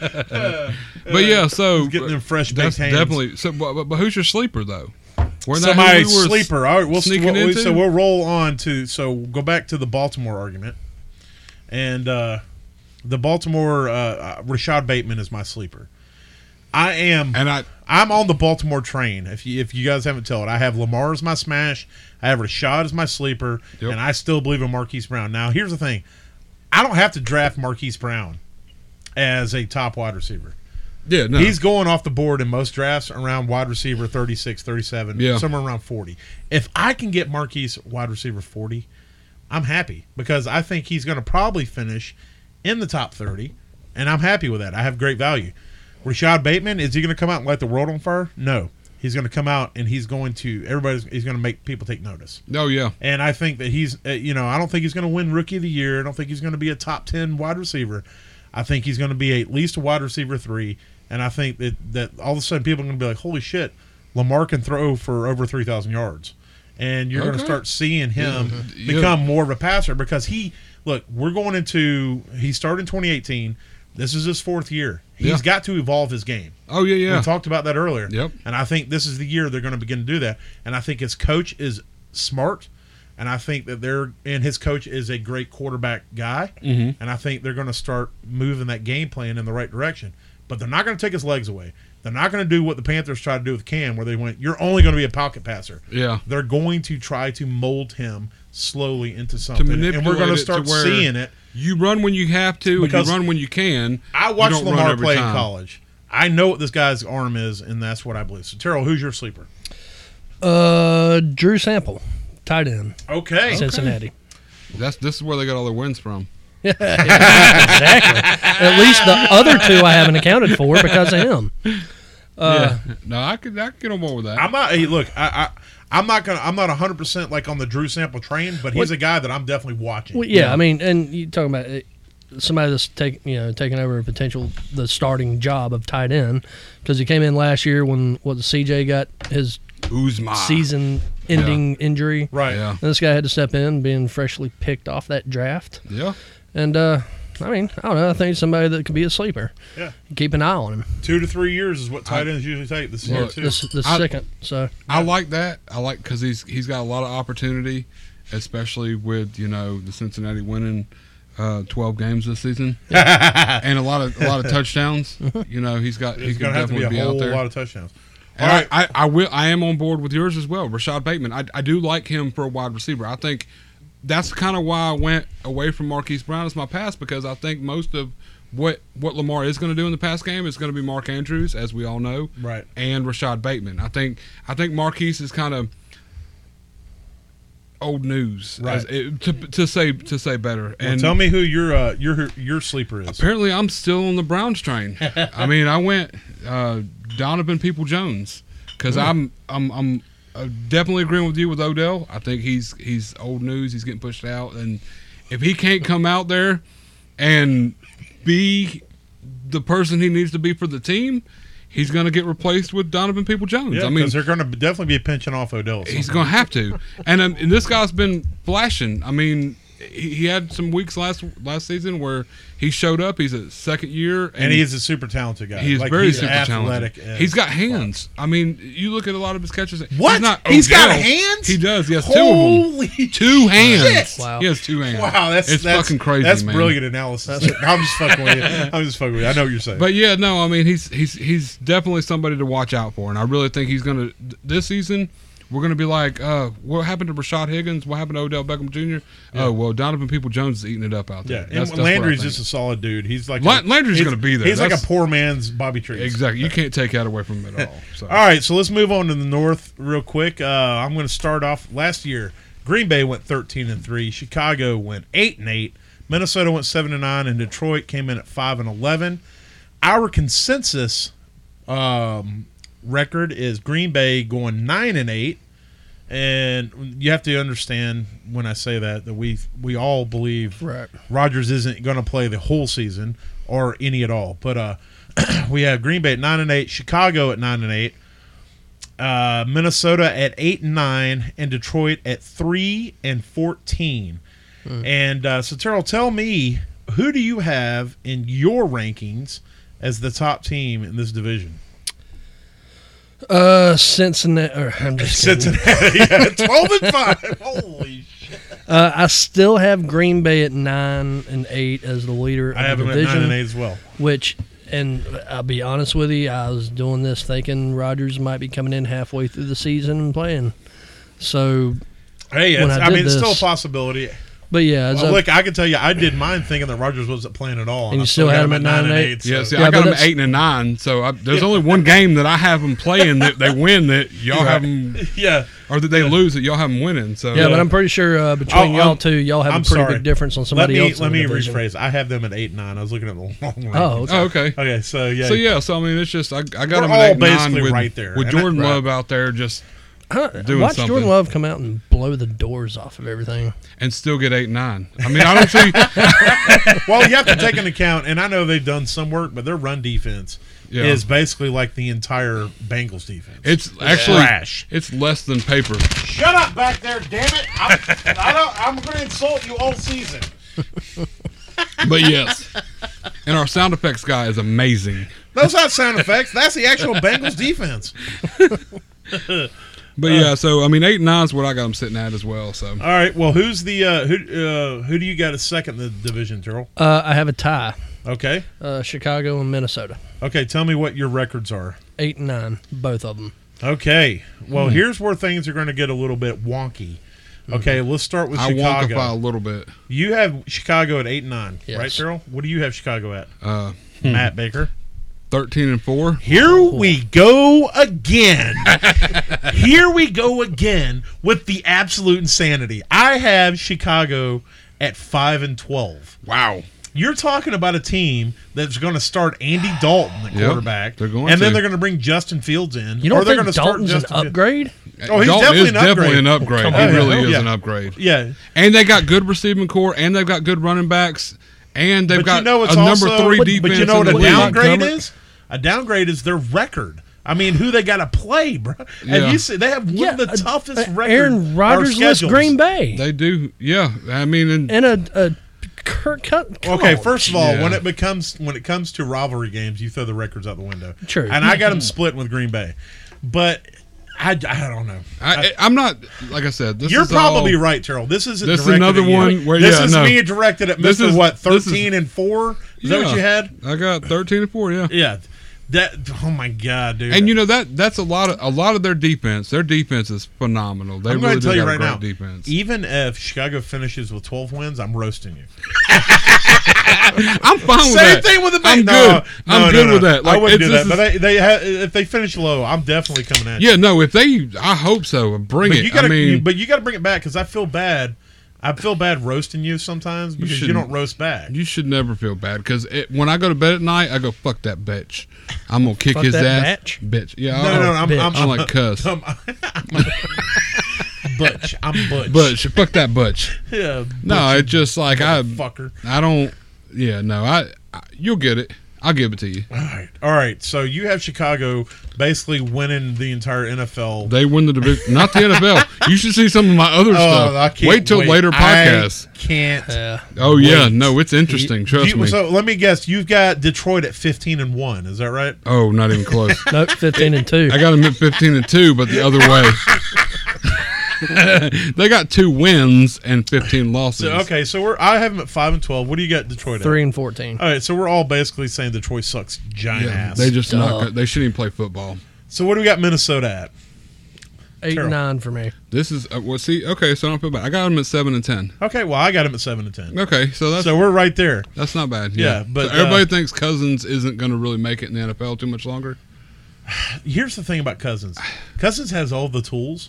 But yeah, so
Getting them fresh baked
that's
hands.
definitely. So, but, but- but who's your sleeper though? We're
So
who
my
we were s-
sleeper. All right, we'll
sneaking
we'll-
into?
so we'll roll on to so we'll go back to the Baltimore argument, and uh, the Baltimore uh, uh, Rashad Bateman is my sleeper. I am
And I,
I'm on the Baltimore train. If you if you guys haven't told, I have Lamar as my smash, I have Rashad as my sleeper,
Yep.
and I still believe in Marquise Brown. Now here's the thing, I don't have to draft Marquise Brown as a top wide receiver.
yeah, no,
He's going off the board in most drafts around wide receiver 36, 37,
Yeah.
somewhere around 40. If I can get Marquise wide receiver 40, I'm happy because I think he's going to probably finish in the top 30, and I'm happy with that. I have great value. Rashad Bateman, is he going to come out and light the world on fire? No. He's going to come out and he's going to, everybody's, he's going to make people take notice.
oh yeah,
And I think that he's, uh, you know, I don't think he's going to win rookie of the year. I don't think he's going to be a top 10 wide receiver. I think he's going to be at least a wide receiver three. And I think that, that all of a sudden people are going to be like, holy shit, Lamar can throw for over 3,000 yards. And you're going
Okay.
to start seeing him
Yeah.
become more of a passer because he, look, we're going into, he started in 2018. This is his fourth year. He's
Yeah.
got to evolve his game.
oh yeah, yeah.
We talked about that earlier.
Yep.
And I think this is the year they're going to begin to do that. And I think his coach is smart. And I think that they're and his coach is a great quarterback guy. Mm-hmm. And I think they're going to start moving that game plan in the right direction. But they're not going to take his legs away. They're not going to do what the Panthers tried to do with Cam, where they went, "You're only going to be a pocket passer."
Yeah.
They're going to try to mold him slowly into something, and we're
manipulate
going
it
to
to
start
where-
seeing it.
You run when you have to, and you
Because
run when you can.
I
You
watched
don't run
Lamar
every
play in
time.
college. I know what this guy's arm is, and that's what I believe. So, Terrell, who's your sleeper?
Uh, Drew Sample, tight end,
Okay.
Cincinnati.
That's this is where they got all their wins from.
exactly. At least the other two I haven't accounted for because of him. Uh,
yeah. No, I could I could get on board with that.
I'm not. Hey, look, I, I, I'm not gonna. I'm not 100 percent like on the Drew Sample train, but he's a guy that I'm definitely watching.
Well, yeah, I mean, and you talking about it, somebody that's take you know taking over a potential the starting job of tight end because he came in last year when what CJ got his
Uzma.
season-ending injury.
right.
Yeah.
And this guy had to step in, being freshly picked off that draft,
Yeah.
and uh, I mean, I don't know. I think he's somebody that could be a sleeper.
Yeah.
Keep an eye on him.
Two to three years is what tight ends usually take. This is year
Look,
two.
This this
I-
second, so
I like that. I like because he's he's got a lot of opportunity, especially with you know the Cincinnati winning uh, twelve games this season and a lot of a lot of touchdowns. You know he's got
There's
he can
gonna have to be
definitely
a
be,
whole
out there.
lot of touchdowns. All
And
right.
I, I, I will. I am on board with yours as well, Rashad Bateman. I, I do like him for a wide receiver. I think that's kind of why I went away from Marquise Brown as my pass because I think most of what what Lamar is going to do in the pass game is going to be Mark Andrews, as we all know,
Right.
and Rashad Bateman. I think I think Marquise is kind of old news,
Right.
as- it- to, to say to say better.
Well, tell me who your uh, your your sleeper is.
Apparently, I'm still on the Browns train. I mean, I went uh, Donovan People Jones because
Mm.
I'm I'm I'm uh, definitely agreeing with you with Odell. I think he's he's old news. He's getting pushed out, and if he can't come out there and be the person he needs to be for the team, he's going to get replaced with Donovan People Jones. I
Yeah,
mean,
because they're going to definitely be pinching off Odell. at some
he's going to have to. And, um, and this guy's been flashing. I mean, he, he had some weeks last last season where he showed up. He's a second year, and,
And he is a super talented guy.
he is
Like,
very
he's
super
athletic.
talented.
as
He's got hands. I mean, you look at a lot of his catches.
What?
He's, not
He's got
Odell.
hands?
He does. He has two
Holy
of them. Two hands.
shit.
Wow.
He has two hands.
Wow, that's
it's
that's,
fucking crazy.
That's
man.
brilliant analysis. I'm just fucking with you. I'm just fucking with you. I know what you're saying.
But yeah, no, I mean he's he's he's definitely somebody to watch out for, and I really think he's gonna th- this season. We're gonna be like, uh, what happened to Rashad Higgins? What happened to Odell Beckham Jr.? Oh well, Donovan People Jones is eating it up out
Yeah,
there.
and
That's- that's what I
Landry's
think.
just a solid dude. He's like
La-
a-
Landry's
he's-
gonna be there.
He's like a
That's-
poor man's Bobby Trees.
exactly. You can't take that away from him at all. So.
All right, so let's move on to the North real quick. Uh, I'm going to start off last year. Green Bay went 13 and three. Chicago went eight and eight. Minnesota went seven and nine, and Detroit came in at five and eleven. Our consensus um, record is Green Bay going nine and eight, And you have to understand when I say that that we we all believe
Right.
Rodgers isn't going to play the whole season or any at all. But uh, we have Green Bay at nine and eight, Chicago at nine and eight, uh, Minnesota at eight and nine, and Detroit at three and fourteen. And uh, so, Terrell, tell me who do you have in your rankings as the top team in this division?
Uh, Cincinnati. Or, I'm just kidding.
Cincinnati, yeah, twelve and five. Holy shit!
Uh, I still have Green Bay at nine and eight as the leader of
I have
the
them at
division,
nine and eight as well.
which. And I'll be honest with you, I was doing this thinking Rodgers might be coming in halfway through the season and playing. So,
Hey,
When
it's,
I
I,
did
mean, it's still a
this-
possibility.
but yeah, as
Well,
of-
look, I can tell you, I did mine thinking that Rogers wasn't playing at all,
And
I
you still had
got
him at nine and eight?
so-
Yeah, see,
Yeah,
I
but
got them
that's-
eight and a nine. So I, there's only one game that I have them playing that they win that y'all all have them,
yeah.
or that they lose that y'all have them winning. So
yeah, but I'm pretty sure uh, between
Oh,
y'all
I'm-
two, y'all have
I'm
a pretty
sorry.
big difference on
Let
somebody
me
else.
let
in
me
the division.
rephrase. I have them at eight nine. I was looking at the long range.
Oh, okay.
Oh, okay.
okay. So yeah,
So yeah, so I mean, it's just I, I got
We're
them
all
at eight nine
basically
with,
right there.
with
And I-
Jordan
right.
Love out there just
Huh,
doing
Watch
something.
Jordan Love come out and blow the doors off of everything.
and still get eight nine. I mean, I don't see.
well, you have to take into account, and I know they've done some work, but their run defense
Yeah.
is basically like the entire Bengals defense.
It's actually
Trash.
it's less than paper.
Shut up back there, damn it! I'm, I don't, I'm going to insult you all season.
But yes, and our sound effects guy is amazing.
Those not sound effects. That's the actual Bengals defense.
But yeah, so I mean, eight and nine is what I got them sitting at as well. So
All right. Well, who's the uh, who? Uh, who do you got as second in the division, Terrell?
Uh, I have a tie.
Okay.
Uh, Chicago and Minnesota,
Okay. Tell me what your records are.
eight and nine, both of them.
Okay. Well, here's where things are going to get a little bit wonky. Okay, let's start with
I
Chicago.
wonkify a little bit.
You have Chicago at eight and nine,
Yes.
right, Terrell? What do you have Chicago at?
Uh,
Matt Baker.
Thirteen and four.
Here we go again. Here we go again with the absolute insanity. I have Chicago at five and twelve.
Wow.
You're talking about a team that's going to start Andy Dalton, the
Yep,
quarterback,
they're going
and then
to.
they're going to bring Justin Fields in.
You don't
or they're
think
gonna start
Dalton's an
Justin Fields-
upgrade?
Oh, he's
Dalton
definitely
is
an upgrade.
definitely an upgrade.
Come
He
on.
really
Hell
is
yeah.
an upgrade.
Yeah,
And they got good receiving core, and they've got good running backs, and they've
but
got
you know it's
a number
also,
three
but,
defense.
But you know
in
what
the
a
league.
downgrade
Montgomery-
is? A downgrade is their record. I mean, who they got to play, bro? And
Yeah.
you see, they have one of the
uh,
toughest
uh,
records.
Aaron Rodgers less Green Bay
They do, yeah. I mean, and,
and a, a Kirk. Come
Okay,
on.
first of all,
Yeah.
when it becomes when it comes to rivalry games, you throw the records out the window.
True.
And I got
Mm-hmm.
them split with Green Bay, but I, I don't know.
I, I, am not like I said. This
You're
is all-
probably right, Terrell. This isn't
This is
directed
another
at you.
one where-
this
yeah,
is
no.
me directed at
This
Mister
is-
What
this is-
thirteen and four. Is that what
Yeah.
you had?
I got 13 and four. Yeah.
Yeah. That oh my god, dude.
And you know that that's a lot of a lot of their defense. Their defense is phenomenal. They
I'm
really
going to
do
tell you
got a
right
great
now. E
defense.
Even if Chicago finishes with 12 wins, I'm roasting you.
I'm fine with
Same
that.
thing with the
I'm
No,
good.
no,
I'm
no,
good
no.
with that. Like,
I wouldn't
it's-
do that.
this
But
is-
they, they ha- if they finish low, I'm definitely coming at you.
yeah, no. If they, I hope so. Bring
but
it.
you gotta,
I mean,
but you got to bring it back because I feel bad. I feel bad roasting you sometimes because you,
shouldn't.
don't roast back.
You should never feel bad because when I go to bed at night, I go fuck that bitch. I'm gonna kick
Fuck
his
that
ass,
batch?
bitch. Yeah,
no,
I
no, no,
don't-
I'm,
bitch.
I'm,
I don't like cuss,
I'm, I'm butch. I'm butch.
butch. Fuck that butch.
Yeah,
No, it's just like I,
fucker.
I don't. Yeah, no, I, I. You'll get it. I'll give it to you.
All right, all right. So you have Chicago basically winning the entire NFL.
They win the division, not the NFL. You should see some of my other
Oh, I
stuff.
can't
Wait till later podcasts.
I can't.
Yeah.
oh yeah,
wait.
no, it's interesting. Trust
You-
me.
So let me guess, you've got Detroit at fifteen and one. Is that right?
oh, not even close.
Nope, fifteen and two.
I got them at 15 and 2, but the other way. they got two wins and 15 losses.
So, okay, so we're I have them at five and twelve. What do you got Detroit
Three and fourteen.
at? All right, so we're all basically saying Detroit sucks giant
Yeah,
ass.
they just not
Duh.
not. They shouldn't even play football.
so what do we got Minnesota at?
Eight
terrible.
and nine for me.
This is uh, well. See, okay, so I don't feel bad. I got them at seven and ten.
Okay, well I got them at seven and ten.
Okay, so that's
So we're right there.
that's not bad.
Yeah,
Yeah,
but,
So everybody
uh,
thinks Cousins isn't going to really make it in the NFL too much longer.
Here's the thing about Cousins. Cousins has all the tools.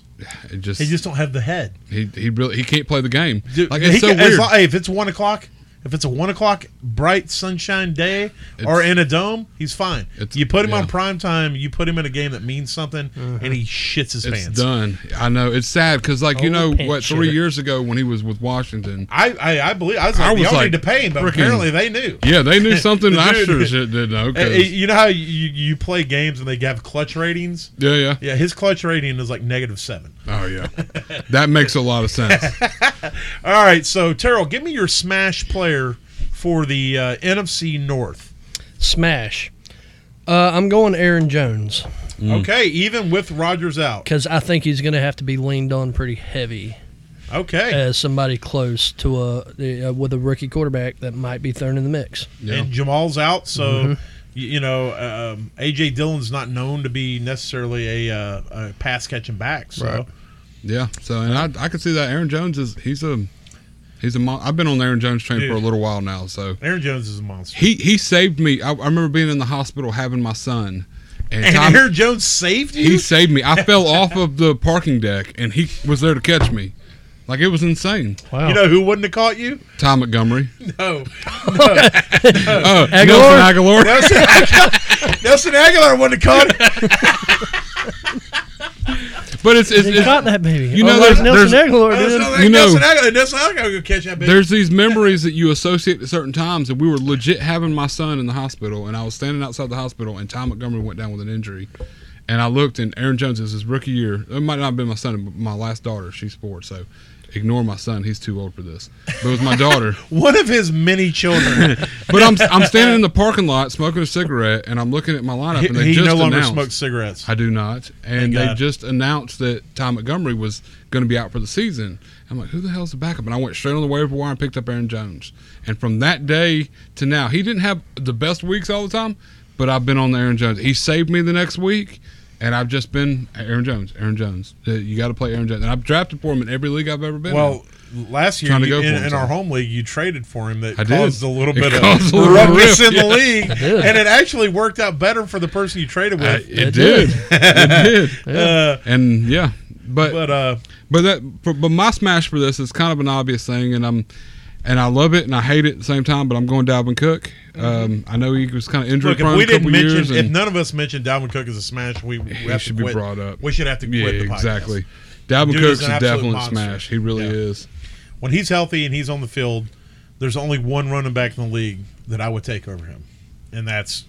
It just
He
he
just don't have the head.
he, really he can't play the game.
Dude,
like
he
it's so
can- as
weird.
long- hey, if it's one o'clock, If it's a one o'clock bright sunshine day or
It's-
in a dome, he's fine.
It's-
You put him on
yeah.
prime time, you put him in a game that means something, and he shits his
It's
pants.
done. I know it's sad because, like, you know
Old pant
what? Three
shitter.
years ago when he was with Washington,
I, I I believe I was like,
I was
y'all
like,
need to pay him, but
frickin-
apparently they knew.
yeah, they knew something
The
I
dude-
sure as shit didn't know. 'cause-
Eh, eh, You know how you, you play games and they have clutch ratings?
yeah, yeah,
Yeah, his clutch rating is like negative seven.
Oh yeah, that makes a lot of sense.
All right, so Terrell, give me your smash player for the uh, NFC North.
Smash. Uh, I'm going Aaron Jones
Mm.
Okay, even with Rogers out.
because I think he's going to have to be leaned on pretty heavy
Okay,
as somebody close to a uh, with a rookie quarterback that might be thrown in the mix.
Yeah. Mm-hmm.
and Jamal's out, so y you, know um, AJ Dillon's not known to be necessarily a, uh, a pass catching back. So
Right.
Yeah. So, and I, I can see that Aaron Jones is he's a he's a mon- I've been on the Aaron Jones train for a
Dude.
little while now. So
Aaron Jones is a monster.
he he saved me. I, I remember being in the hospital having my son, and,
And
time-
Aaron Jones saved you.
he saved me. I fell off of the parking deck, and he was there to catch me. Like it was insane.
Wow.
you know who wouldn't have caught you?
Ty Montgomery.
No,
Oh, Nelson
Aguilar?
Aguilar.
Nelson Aguilar, Nelson Aguilar wouldn't have caught. You.
But it's it's,
he
it's
caught that baby.
you
Oh,
know,
like
there's-
Nelson
there's-
Aguilar did.
Nelson,
You know-
Nelson Aguilar, Nelson Aguilar could catch that. bitch.
there's these memories that you associate at certain times, and we were legit having my son in the hospital, and I was standing outside the hospital, and Ty Montgomery went down with an injury, and I looked, and Aaron Jones is his rookie year. It might not have been my son, but my last daughter. She's four, so ignore my son. He's too old for this. But it was my daughter.
one of his many children.
But I'm I'm standing in the parking lot smoking a cigarette, and I'm looking at my lineup,
he
and they
he
just
no longer
announced.
smokes cigarettes.
I do not. And
Thank
they
God.
just announced that Ty Montgomery was going to be out for the season. I'm like, who the hell's the backup? And I went straight on the waiver wire and picked up Aaron Jones. And from that day to now, he didn't have the best weeks all the time, but I've been on the Aaron Jones. He saved me the next week, and I've just been Aaron Jones, Aaron Jones. Uh, You got to play Aaron Jones. And I've drafted for him in every league I've ever been
Well, last year
Trying to
you-
go
in,
for him,
in
so.
our home league, you traded for him. That
I did.
caused a little
It
bit of
caused a little
ruckus
rift,
in the
yeah.
league,
did.
and it actually worked out better for the person you traded
in. Uh,
with.
it,
It
did.
did.
it did.
uh,
And yeah.
but uh,
But that, but but my smash for this is kind of an obvious thing, and I'm, and I love it and I hate it at the same time. But I'm going Dalvin Cook. Um, I know he was kind of injured
Mm-hmm.
prone
look, if
a
we
couple
didn't
years.
mention, if
and
none of us mentioned Dalvin Cook as a smash, we, we
He
have
should
to
be
quit.
brought up.
We should have to quit.
yeah,
the podcast.
exactly. Dalvin
Dude is
Cook's
an
a
absolute
definite
monster.
smash. He really
Yeah.
is.
When he's healthy and he's on the field, there's only one running back in the league that I would take over him, and that's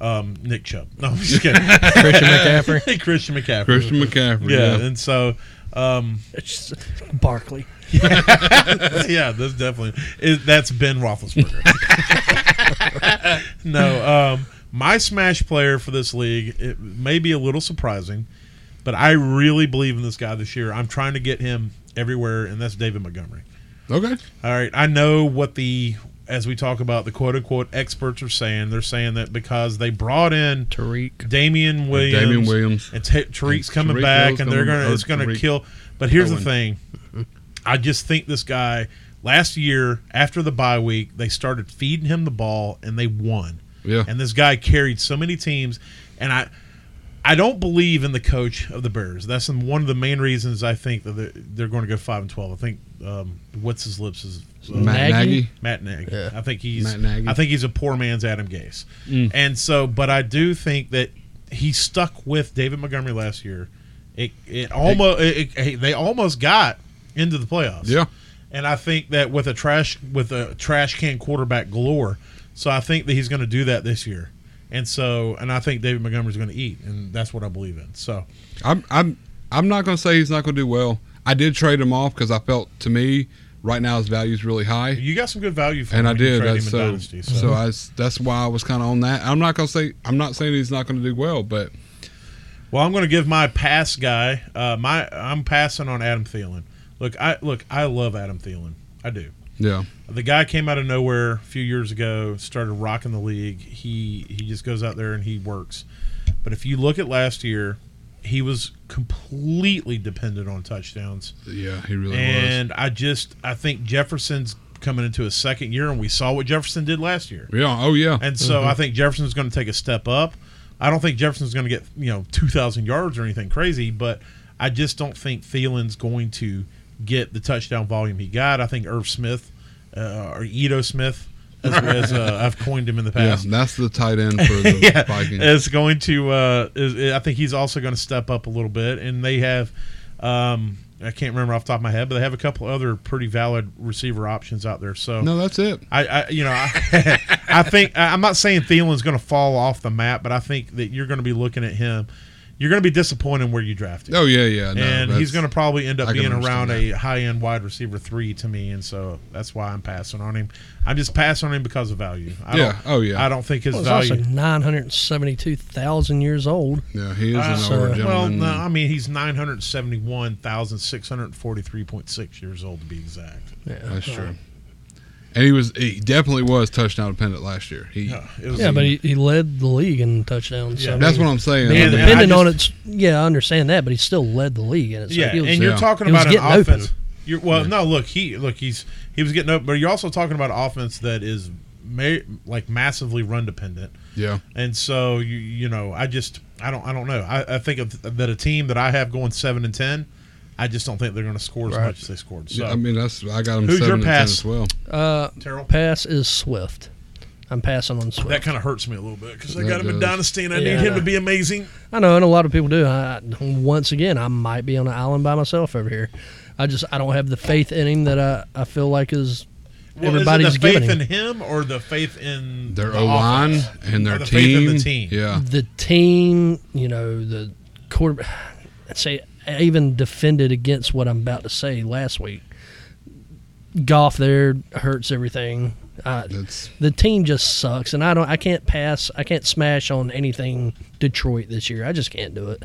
um, Nick Chubb. No, I'm just kidding.
Christian McCaffrey.
Christian McCaffrey.
Christian McCaffrey.
yeah,
Yeah.
and so um,
It's just Barkley.
yeah, that's definitely it, that's Ben Roethlisberger. no, um, my smash player for this league it may be a little surprising, but I really believe in this guy this year. I'm trying to get him everywhere, and that's David Montgomery.
Okay.
All right, I know what the as we talk about the quote unquote experts are saying. They're saying that because they brought in
Tariq.
Damian Williams,
Damian Williams.
and Ta- Tariq's
And
coming
Tariq
back,
Hill's
and they're
coming-
gonna
or
it's gonna
Tariq
kill. But here's the
Cohen.
thing, I just think this guy last year after the bye week they started feeding him the ball and they won,
Yeah.
and this guy carried so many teams, and I. I don't believe in the coach of the Bears. That's one of the main reasons I think that they're, they're going to go five and twelve. I think um, what's his lips is uh,
Matt
Nagy?
Nagy.
Matt Nagy.
Yeah.
I think he's
Matt Nagy.
I think he's a poor man's Adam Gase. And so but I do think that he stuck with David Montgomery last year. It it almost it, it- they almost got into the playoffs.
Yeah.
And I think that with a trash with a trash can quarterback galore. So I think that he's going to do that this year. And so and I think David Montgomery's going to eat and that's what I believe in. So
I'm I'm I'm not gonna say he's not gonna do well. I did trade him off because I felt to me right now his value is really high.
you got some good value for
and
him
I
when you
did.
trade
That's
him in
so,
Dynasty,
so. I s that's why I was kind of on that. I'm not gonna say I'm not saying he's not gonna do well, but
Well, I'm going to give my pass guy. Uh, my I'm passing on Adam Thielen. Look, I look, I love Adam Thielen. I do.
yeah,
The guy came out of nowhere a few years ago, started rocking the league. He he just goes out there and he works. But if you look at last year, he was completely dependent on touchdowns.
yeah, he really
And I just I think Jefferson's coming into his second year and we saw what Jefferson did last year.
was. Yeah. Oh yeah.
And so I think Jefferson's going to take a step up. I don't think Jefferson's going to get, you know, 2,000 yards or anything crazy, but I just don't think Thielen's going to get the touchdown volume he got. I think Irv Smith uh, or Edo Smith, as, as uh, I've coined him in the
Yeah,
past.
that's the tight end for the Vikings.
It's going to. Uh, is, I think he's also going to step up a little bit, and they have. Um, I can't remember off the top of my head, but they have a couple other pretty valid receiver options out there. So
No, that's it.
I, I, you know, I, I think I- I'm not saying Thielen's going to fall off the map, but I think that you're going to be looking at him. You're going to be disappointed where you draft him,
Oh yeah, yeah. No,
and he's
that's-
going to probably end up
I can
being around
understand
a high-end wide receiver three to me, and so that's why I'm passing on him. I'm just passing on him because of value. I
Yeah.
Don't,
Oh yeah.
I don't think his
Well, he's also
value.
972,000 years old.
yeah, he is
Uh,
an
so-
older
well,
gentleman.
no, I mean he's 971,643.6 years old to be exact.
Yeah,
that's true. And he was he definitely was touchdown dependent last year. He.
Yeah, it was-
Yeah, but he, he led the league in touchdowns.
Yeah.
so, I
That's
mean,
what I'm saying.
Man,
I mean,
and I
depending on
just-
its, yeah, I understand that, but he still led the league, and it's
yeah,
like he was,
and you're
Yeah.
talking
He was
about an
getting open.
offense. You're, well, no, look, he look he's he was getting up, but you're also talking about an offense that is ma- like massively run dependent,
yeah.
and so you you know I just I don't I don't know I, I think of, that a team that I have going seven and ten, I just don't think they're going to score as
Right.
much as they scored. So
I mean, that's I got him
Who's your
seven and ten
pass?
as well.
uh,
Terrell,
pass is Swift. I'm passing on Swift.
that kind of hurts me a little bit because I
That
got him in
does.
dynasty, and I
Yeah,
need
I
him to
know.
be amazing.
I know, and a lot of people do. I, once again, I might be on an island by myself over here. I just I don't have the faith in him that I, I feel like is
Well, is
everybody's
it the faith
giving him.
in him or the faith in
Their
the
O line
offense?
and their
Or the faith
team.
in the team.
Yeah.
the team, you know, the quarterback. I'd say I even defended against what I'm about to say last week. Golf there hurts everything. Uh,
That's
the team just sucks, and I don't. I can't pass. I can't smash on anything Detroit this year. I just can't do it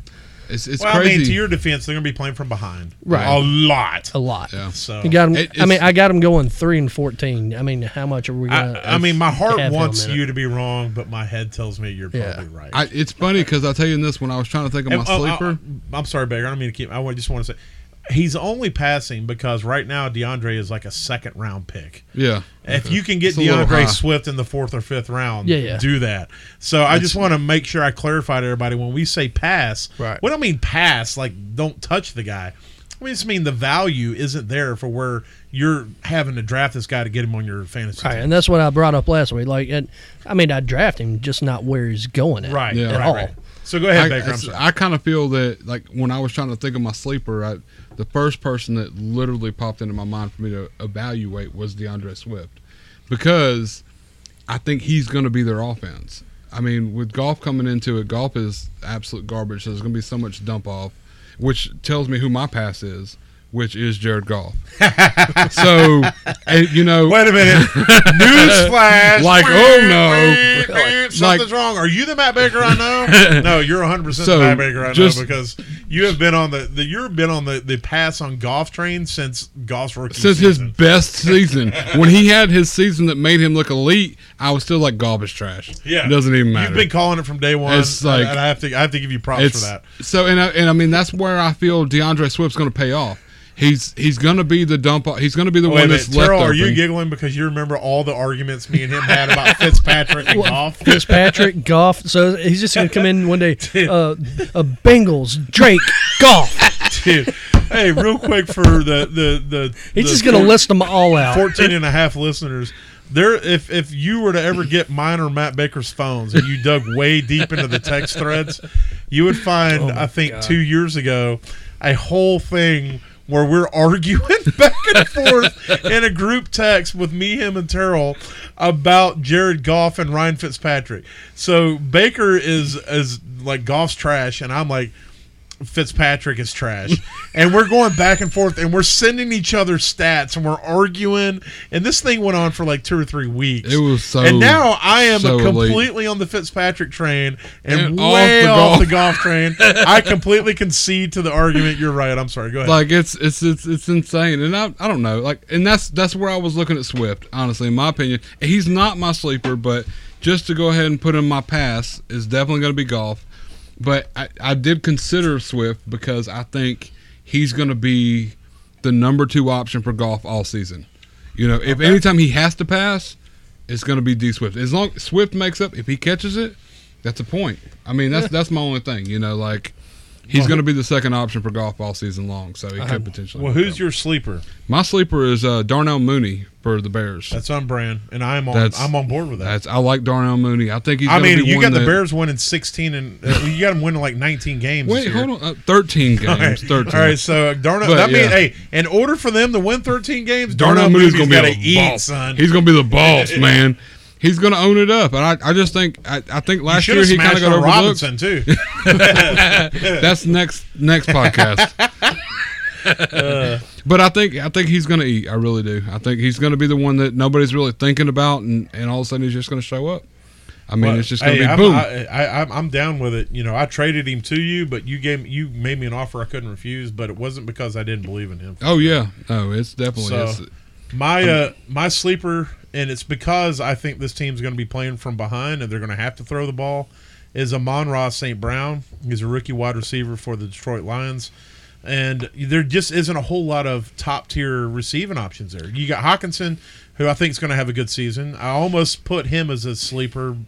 it's it's
Well,
crazy.
I mean, to your defense, they're going to be playing from behind,
Right.
A lot.
a lot.
yeah.
So
You got 'em-
It-
I mean,
it's-
I got him going three and fourteen. I mean, how much are we gonna?
I, I mean, my
have
heart
him
wants
in it.
you to be wrong, but my head tells me you're
Yeah.
probably right.
I, it's funny because I'll tell you this when I was trying to think of my
And, oh, oh,
sleeper.
oh, I'm sorry, Beggar. I don't mean to keep. I wa- just want to say, he's only passing because right now DeAndre is like a second round pick.
yeah.
If you can get
It's a little high.
DeAndre Swift in the fourth or fifth round,
Yeah, yeah.
do that. So I just want to make sure I clarified to everybody when we say pass,
Right.
we don't mean pass like don't touch the guy. We just mean the value isn't there for where you're having to draft this guy to get him on your fantasy.
Right,
team.
and that's what I brought up last week. Like, and, I mean, I draft him, just not where he's going at.
Right,
Yeah.
right,
At all.
right. So go ahead,
I,
Baker. I'm
it's-
sorry.
I kind of feel that, like, when I was trying to think of my sleeper, I, the first person that literally popped into my mind for me to evaluate was DeAndre Swift because I think he's going to be their offense. I mean, with golf coming into it, golf is absolute garbage. So there's going to be so much dump off, which tells me who my pass is, which is Jared Goff. so, eh, you know,
Wait a minute. News flash.
Like, oh, no.
Something's
Like-
wrong. Are you the Matt Baker I know? no, you're 100%
So,
the Matt Baker I
just-
know because you have been on the, the you've been on the, the pass on golf train since golf's rookie
since his
season.
best season. when he had his season that made him look elite, I was still like garbage trash.
yeah.
it doesn't even matter.
You've been calling it from day one.
It's like-
and I have to I have to give you props
it's
for that.
so, and I, and I mean that's where I feel DeAndre Swift's going to pay off. He's he's going to be the dump. off- He's going to be the
Oh, Wait
one
a minute,
that's left
Terrell, are you
open.
giggling because you remember all the arguments me and him had about Fitzpatrick and golf?
Fitzpatrick, Goff. So he's just going to come in one day. Uh, uh, Bengals, Drake, Goff.
Dude. Hey, real quick for the the the
He's
the
just going to
four-
list them all out.
14 and a half listeners there if if you were to ever get mine or matt baker's phones and you dug way deep into the text threads you would find i think two years ago a whole thing where we're arguing back and forth in a group text with me, him, and Terrell about Jared Goff and Ryan Fitzpatrick. So Baker is is like Goff's trash, and I'm like, Fitzpatrick is trash. and we're going back and forth and we're sending each other stats and we're arguing. And this thing went on for like two or three weeks.
It was so-
And now I am
so elite.
completely on the Fitzpatrick train and,
And off
way
the
off
golf.
the golf train. I completely concede to the argument. You're right. I'm sorry. Go ahead.
Like it's it's it's it's insane, and I I don't know. Like, and that's that's where I was looking at Swift. Honestly, in my opinion, he's not my sleeper, but just to go ahead and put in my pass is definitely going to be golf. But I, I did consider Swift because I think he's going to be the number two option for golf all season. You know, if anytime he has to pass, it's going to be D Swift. As long Swift makes up, if he catches it, that's a point. I mean, that's that's my only thing. You know, like He's going to be the second option for golf all season long, so he could potentially.
Well,
work
who's
out.
your sleeper?
my sleeper is uh, Darnell Mooney for the Bears.
That's on brand, and I'm on.
That's-
I'm on board with that.
That's I like Darnell Mooney. I think he's.
I
gonna
mean,
be
you
one
got the
that-
Bears winning 16, and uh, you got them winning like 19 games.
Wait,
this year.
hold on. Uh, Thirteen games.
All right.
Thirteen.
All right, so Darnell.
But,
that
yeah.
means, hey, in order for them to win 13 games,
Darnell Mooney's going to
gotta
be the
eat,
boss.
son.
He's going to be the boss, man. He's going to own it up, and I, I just think I, I think last
should
year
have
he kind
smashed
of got
on
overlooked.
Robinson too.
That's next next podcast. but I think I think he's going to eat. I really do. I think he's going to be the one that nobody's really thinking about, and, and all of a sudden he's just going to show up. I mean, it's just going to
Hey,
be
I'm,
boom.
I, I, I'm, I'm down with it. You know, I traded him to you, but you gave you made me an offer I couldn't refuse. But it wasn't because I didn't believe in him.
oh yeah, no, it's definitely.
So-
it's-
My uh, my sleeper, and it's because I think this team's going to be playing from behind and they're going to have to throw the ball. Is Amon Ross St. Brown? He's a rookie wide receiver for the Detroit Lions, and there just isn't a whole lot of top tier receiving options there. You got Hawkinson, who I think is going to have a good season. I almost put him as a sleeper,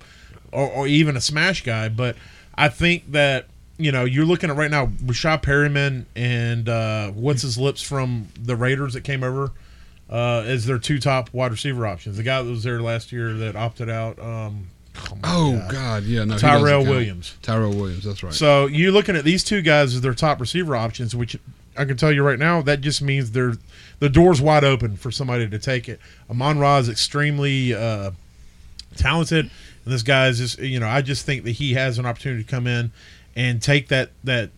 or, or even a smash guy, but I think that you know, you're looking at right now Rashad Perryman and uh, what's his lips from the Raiders that came over uh, as their two top wide receiver options. The guy that was there last year that opted out. Um, oh, my
oh
God.
god. yeah, no. he doesn't
Tyrell
count.
Williams.
Tyrell Williams. That's right.
So you're looking at these two guys as their top receiver options, which I can tell you right now, that just means they're the door's wide open for somebody to take it. Amon Ra is extremely uh, talented, and this guy is just you know I just think that he has an opportunity to come in and take that that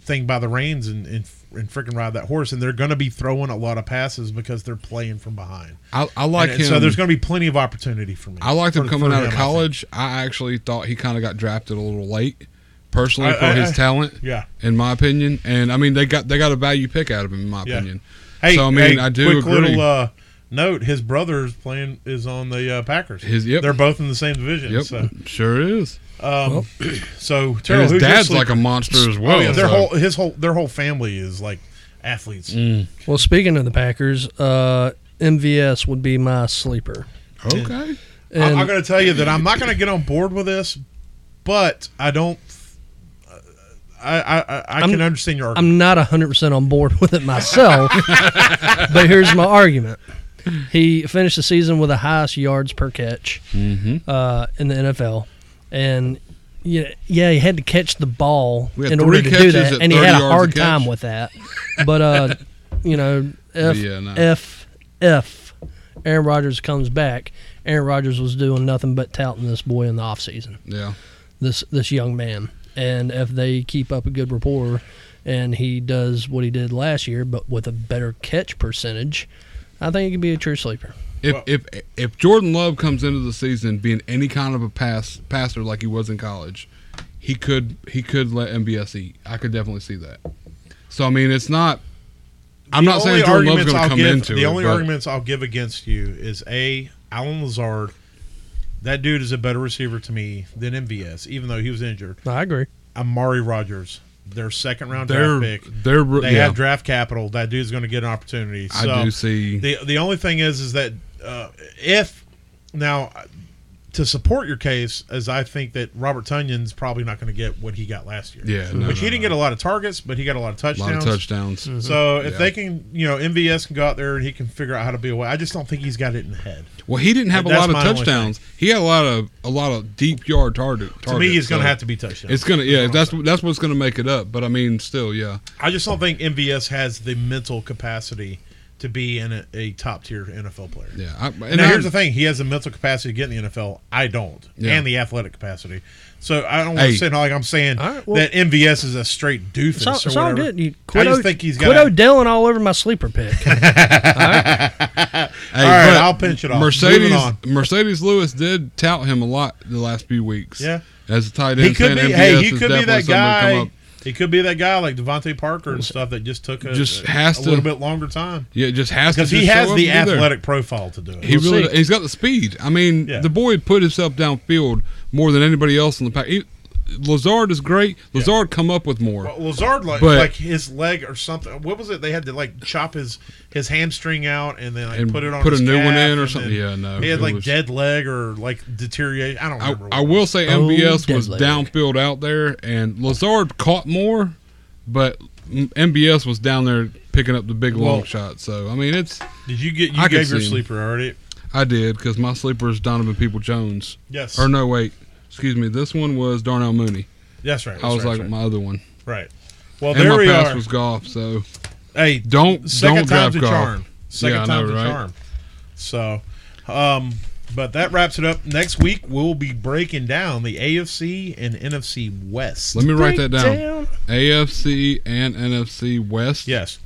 thing by the reins and and, and freaking ride that horse. And they're going to be throwing a lot of passes because they're playing from behind.
I, I like
And
him.
so there's going to be plenty of opportunity for me.
I liked him
For-
coming
for
out of
him, I
college. I, actually thought he kind of got drafted a little late, personally
I-
for
I-
his
I-
talent,
think. Yeah.
in my opinion. And I mean, they got they got a value pick out of him, in my
Yeah.
opinion.
Hey,
So, I mean,
hey,
I do
quick
agree.
little uh, note: his brother is playing is on the uh, Packers.
His- yep.
They're both in the same division.
Yep,
So, um,
sure is.
so
and
Terrell, who's
his
your
dad's
sleeper?
like a monster as well.
oh yeah, their
so-
whole his whole their whole family is like athletes.
Mm.
Well, speaking of the Packers, uh, MVS would be my sleeper.
okay.
I- I'm,
And-
going to tell you that I'm not going to get on board with this, but I don't. I I, I, I
I'm-
can understand your argument.
I'm not 100% on board with it myself, but here's my argument. He finished the season with the highest yards per catch
Mm-hmm.
uh, in the NFL. And yeah, yeah, he had to catch the ball
We had
in
three
order to do
catches
that.
at
And he
30
had a
yards a
hard
catch. Oh,
time with that. But, uh, you know, F,
Yeah, no.
F, F, Aaron Rodgers comes back. Aaron Rodgers was doing nothing but touting this boy in the offseason
Yeah.
this this young man. And if they keep up a good rapport, and he does what he did last year, but with a better catch percentage, I think he could be a true sleeper.
If,
Well-
if if Jordan Love comes into the season being any kind of a pass passer like he was in college, he could he could let MBS eat. I could definitely see that. So I mean, it's not. I'm
The
not saying
only
Jordan Love's
arguments
going to
I'll
come
give-
into
the
it,
only
but-
arguments I'll give against you is a Alan Lazard. That dude is a better receiver to me than MVS, even though he was injured.
I agree.
Amari Rogers, their second round
They're
draft pick.
they're
They
yeah,
have draft capital. That dude's going to get an opportunity. So
I do see.
uh, the the only thing is is that uh, if now to support your case, as I think that Robert Tunyon's probably not going to get what he got last year.
Yeah, no,
which
no,
he didn't
no.
get a lot of targets, but he got a lot of
a
touchdowns.
lot of touchdowns.
Mm-hmm.
So if
Yeah.
they can, you know, MVS can go out there and he can figure out how to be away. I just don't think he's got it in the head.
Well, he didn't have a
Hmm. That's
lot of
my only
touchdowns. He had a lot of a lot of deep yard target.
To me, he's going to have to be touchdowns.
It's gonna yeah.
what I'm
That's that's what's gonna make it up. But I mean, still yeah.
I just don't think MVS has the mental capacity to be in a, a top tier NFL player.
Yeah. I, and
now
I-
here's the thing: he has the mental capacity to get in the NFL. I don't,
Yeah.
and the athletic capacity. So I don't want
Hey.
to say like I'm saying
All right, well-
that MVS is a straight doofus
It's all,
or
it's all
whatever.
good. You quit
I just
O-
think he's
quit
got. a-
Odell and all over my sleeper pick.
hey,
all right,
but
I'll pinch it off.
Mercedes
Moving on.
Mercedes Lewis did tout him a lot the last few weeks.
Yeah.
As a tight end,
He could
saying
be.
MVS
Hey, he
is
could be
definitely
that
something to come
guy.
up-
He could be that guy like Devontae Parker and stuff that just took a,
Just
a,
has
a
to-
little bit longer time
Yeah, just has to.
because he
just show
has
up
the
and be there.
athletic profile to do it.
He
We'll
really
see.
and he's got the speed. I mean,
Yeah.
the boy put himself downfield more than anybody else in the pack. He, Lazard is great. Lazard come up with more.
Well, Lazard like,
But-
like his leg or something. What was it? They had to like chop his his hamstring out and then like
And
put it on
put a
his
new one
calf,
in or
and
something?
then
Yeah, no,
He had
it
like
was-
dead leg or like deterioration. I don't
I,
remember.
I
what it
will say
Oh,
MBS was
deadly.
downfield out there, and Lazard caught more, but M- MBS was down there picking up the big long
Well-
shot. So I mean, it's
Did you get you
I could
gave your
see him.
sleeper already?
I did because my sleeper is Donovan People Jones.
Yes.
Or no, wait, excuse me. This one was Darnell Mooney.
That's right. That's
I was
right,
like
that's
my other one,
right. right. Well,
and
there
my
we
pass
are.
was golf. So
hey,
don't don't
second time's
draft
a
golf.
charm. Second
Yeah, I know,
time's a
right?
charm. So, um, but that wraps it up. Next week we'll be breaking down the AFC and NFC West.
Let me write that down.
Breakdown.
AFC and NFC West.
Yes.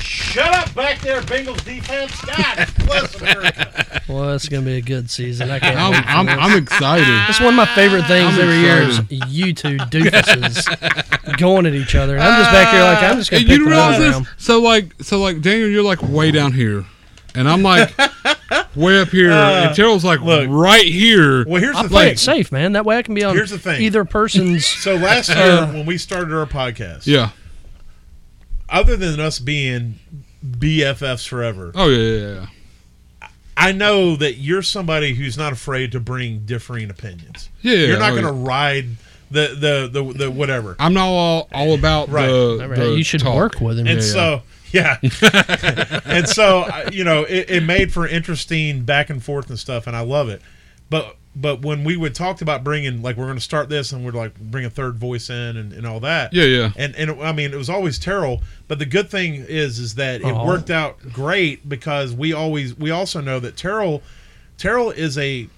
Shut up back there, Bengals defense. God bless America.
Well, it's going to be a good season. I can't. wait.
I'm, I'm, I'm excited.
It's one of my favorite things
I'm
every year is you two doofuses going at each other. And I'm just back here like I'm just going
And
to pick
you
the
realize
one
this?
around.
So like, so like, Daniel, you're like way down here, and I'm like way up here, and Terrell's like
Uh, look.
right here.
Well, here's
I
the
play
thing.
it safe, man. That way I can be on
Here's the thing.
either person's.
So last year
Uh,
when we started our podcast,
yeah.
other than us being BFFs forever,
Oh yeah, yeah, yeah.
I know that you're somebody who's not afraid to bring differing opinions.
Yeah, yeah,
you're not
oh,
going to
yeah.
ride the the the, the whatever.
I'm not all all about
Right.
the,
All right,
the
you should
talk.
work with him.
and so yeah, and so I- you know it, it made for interesting back and forth and stuff, and I love it. But but when we would talked about bringing like we're going to start this and we're like bring a third voice in and, and all that.
Yeah, yeah.
And and I mean it was always terrible, but the good thing is is that it
Uh-huh.
Aw.
worked out great because we always we also know that Terrell Terrell is a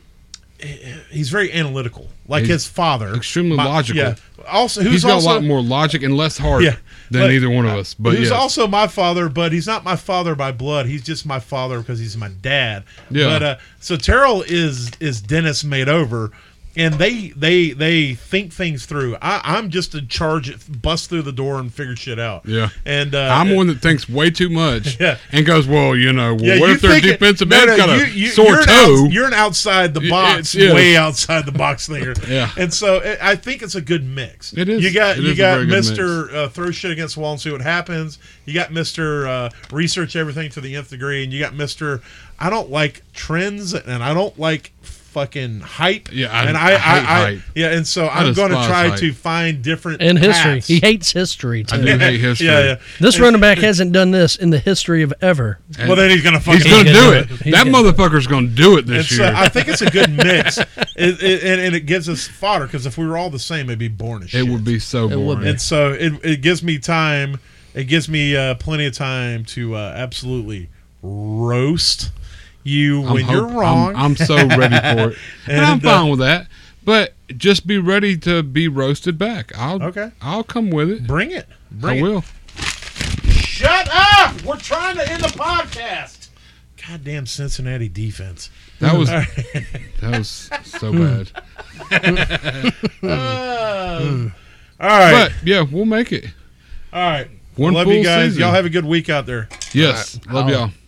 he's very analytical, like
He's
his father,
extremely logical.
Yeah. Also, who's
He's got
also,
a lot more logic and less heart
Yeah,
than
but-
either one of us. But
who's
yes.
also my father, but he's not my father by blood. He's just my father because he's my dad.
Yeah.
But uh, so Terrell is is Dennis made over, and they they they think things through. I, I'm just to charge it, bust through the door, and figure shit out.
Yeah.
And uh,
I'm one that thinks way too much
Yeah.
and goes, well, you know, well,
Yeah,
what
you
if their
think it-
defensive
no,
man's
no,
got a
you- you-
sore
you're an
toe?
outs- you're an outside the
Y- it's-
box,
yeah.
way outside the box there.
Yeah.
and so it, I think it's a good mix.
It is.
You got
It
you
is a
got
very good
Mister uh, throw shit against the wall and see what happens. You got Mister uh, research everything to the nth degree, and you got Mister I don't like trends and I don't like fucking hype.
Yeah, I-
and
I hate hype.
yeah, and so I'm going to
despise
try
hype.
to find different
and history.
paths.
He hates history
I
too.
do hate history.
yeah, yeah.
This running back hasn't done this in the history of ever.
And
Well, then he's going to fucking
he's going to
gonna
do
do
it.
it. He's
That
gonna-
motherfucker's going to do it
And
this
so
year.
I think it's uh, a good mix, it, it, and, and it gives us fodder because if we were all the same, it'd be boring as
It
shit.
would be so
It would
boring.
And so it, it gives me time. It gives me uh, plenty of time to uh, absolutely roast you
I'm
when
hope-
you're
I'm-
wrong.
I'm, so ready for it. and, I'm
And, uh,
fine with that. But just be ready to be roasted back. I'll
Okay.
I'll come with it.
Bring it. Bring
I
it.
will.
Shut up! We're trying to end the podcast. Goddamn Cincinnati defense.
That was that was so bad.
Um, all right.
But yeah, we'll make it.
all right.
One
Love
full
you guys.
season.
Y'all have a good week out there.
Yes. Love
Holla.
y'all.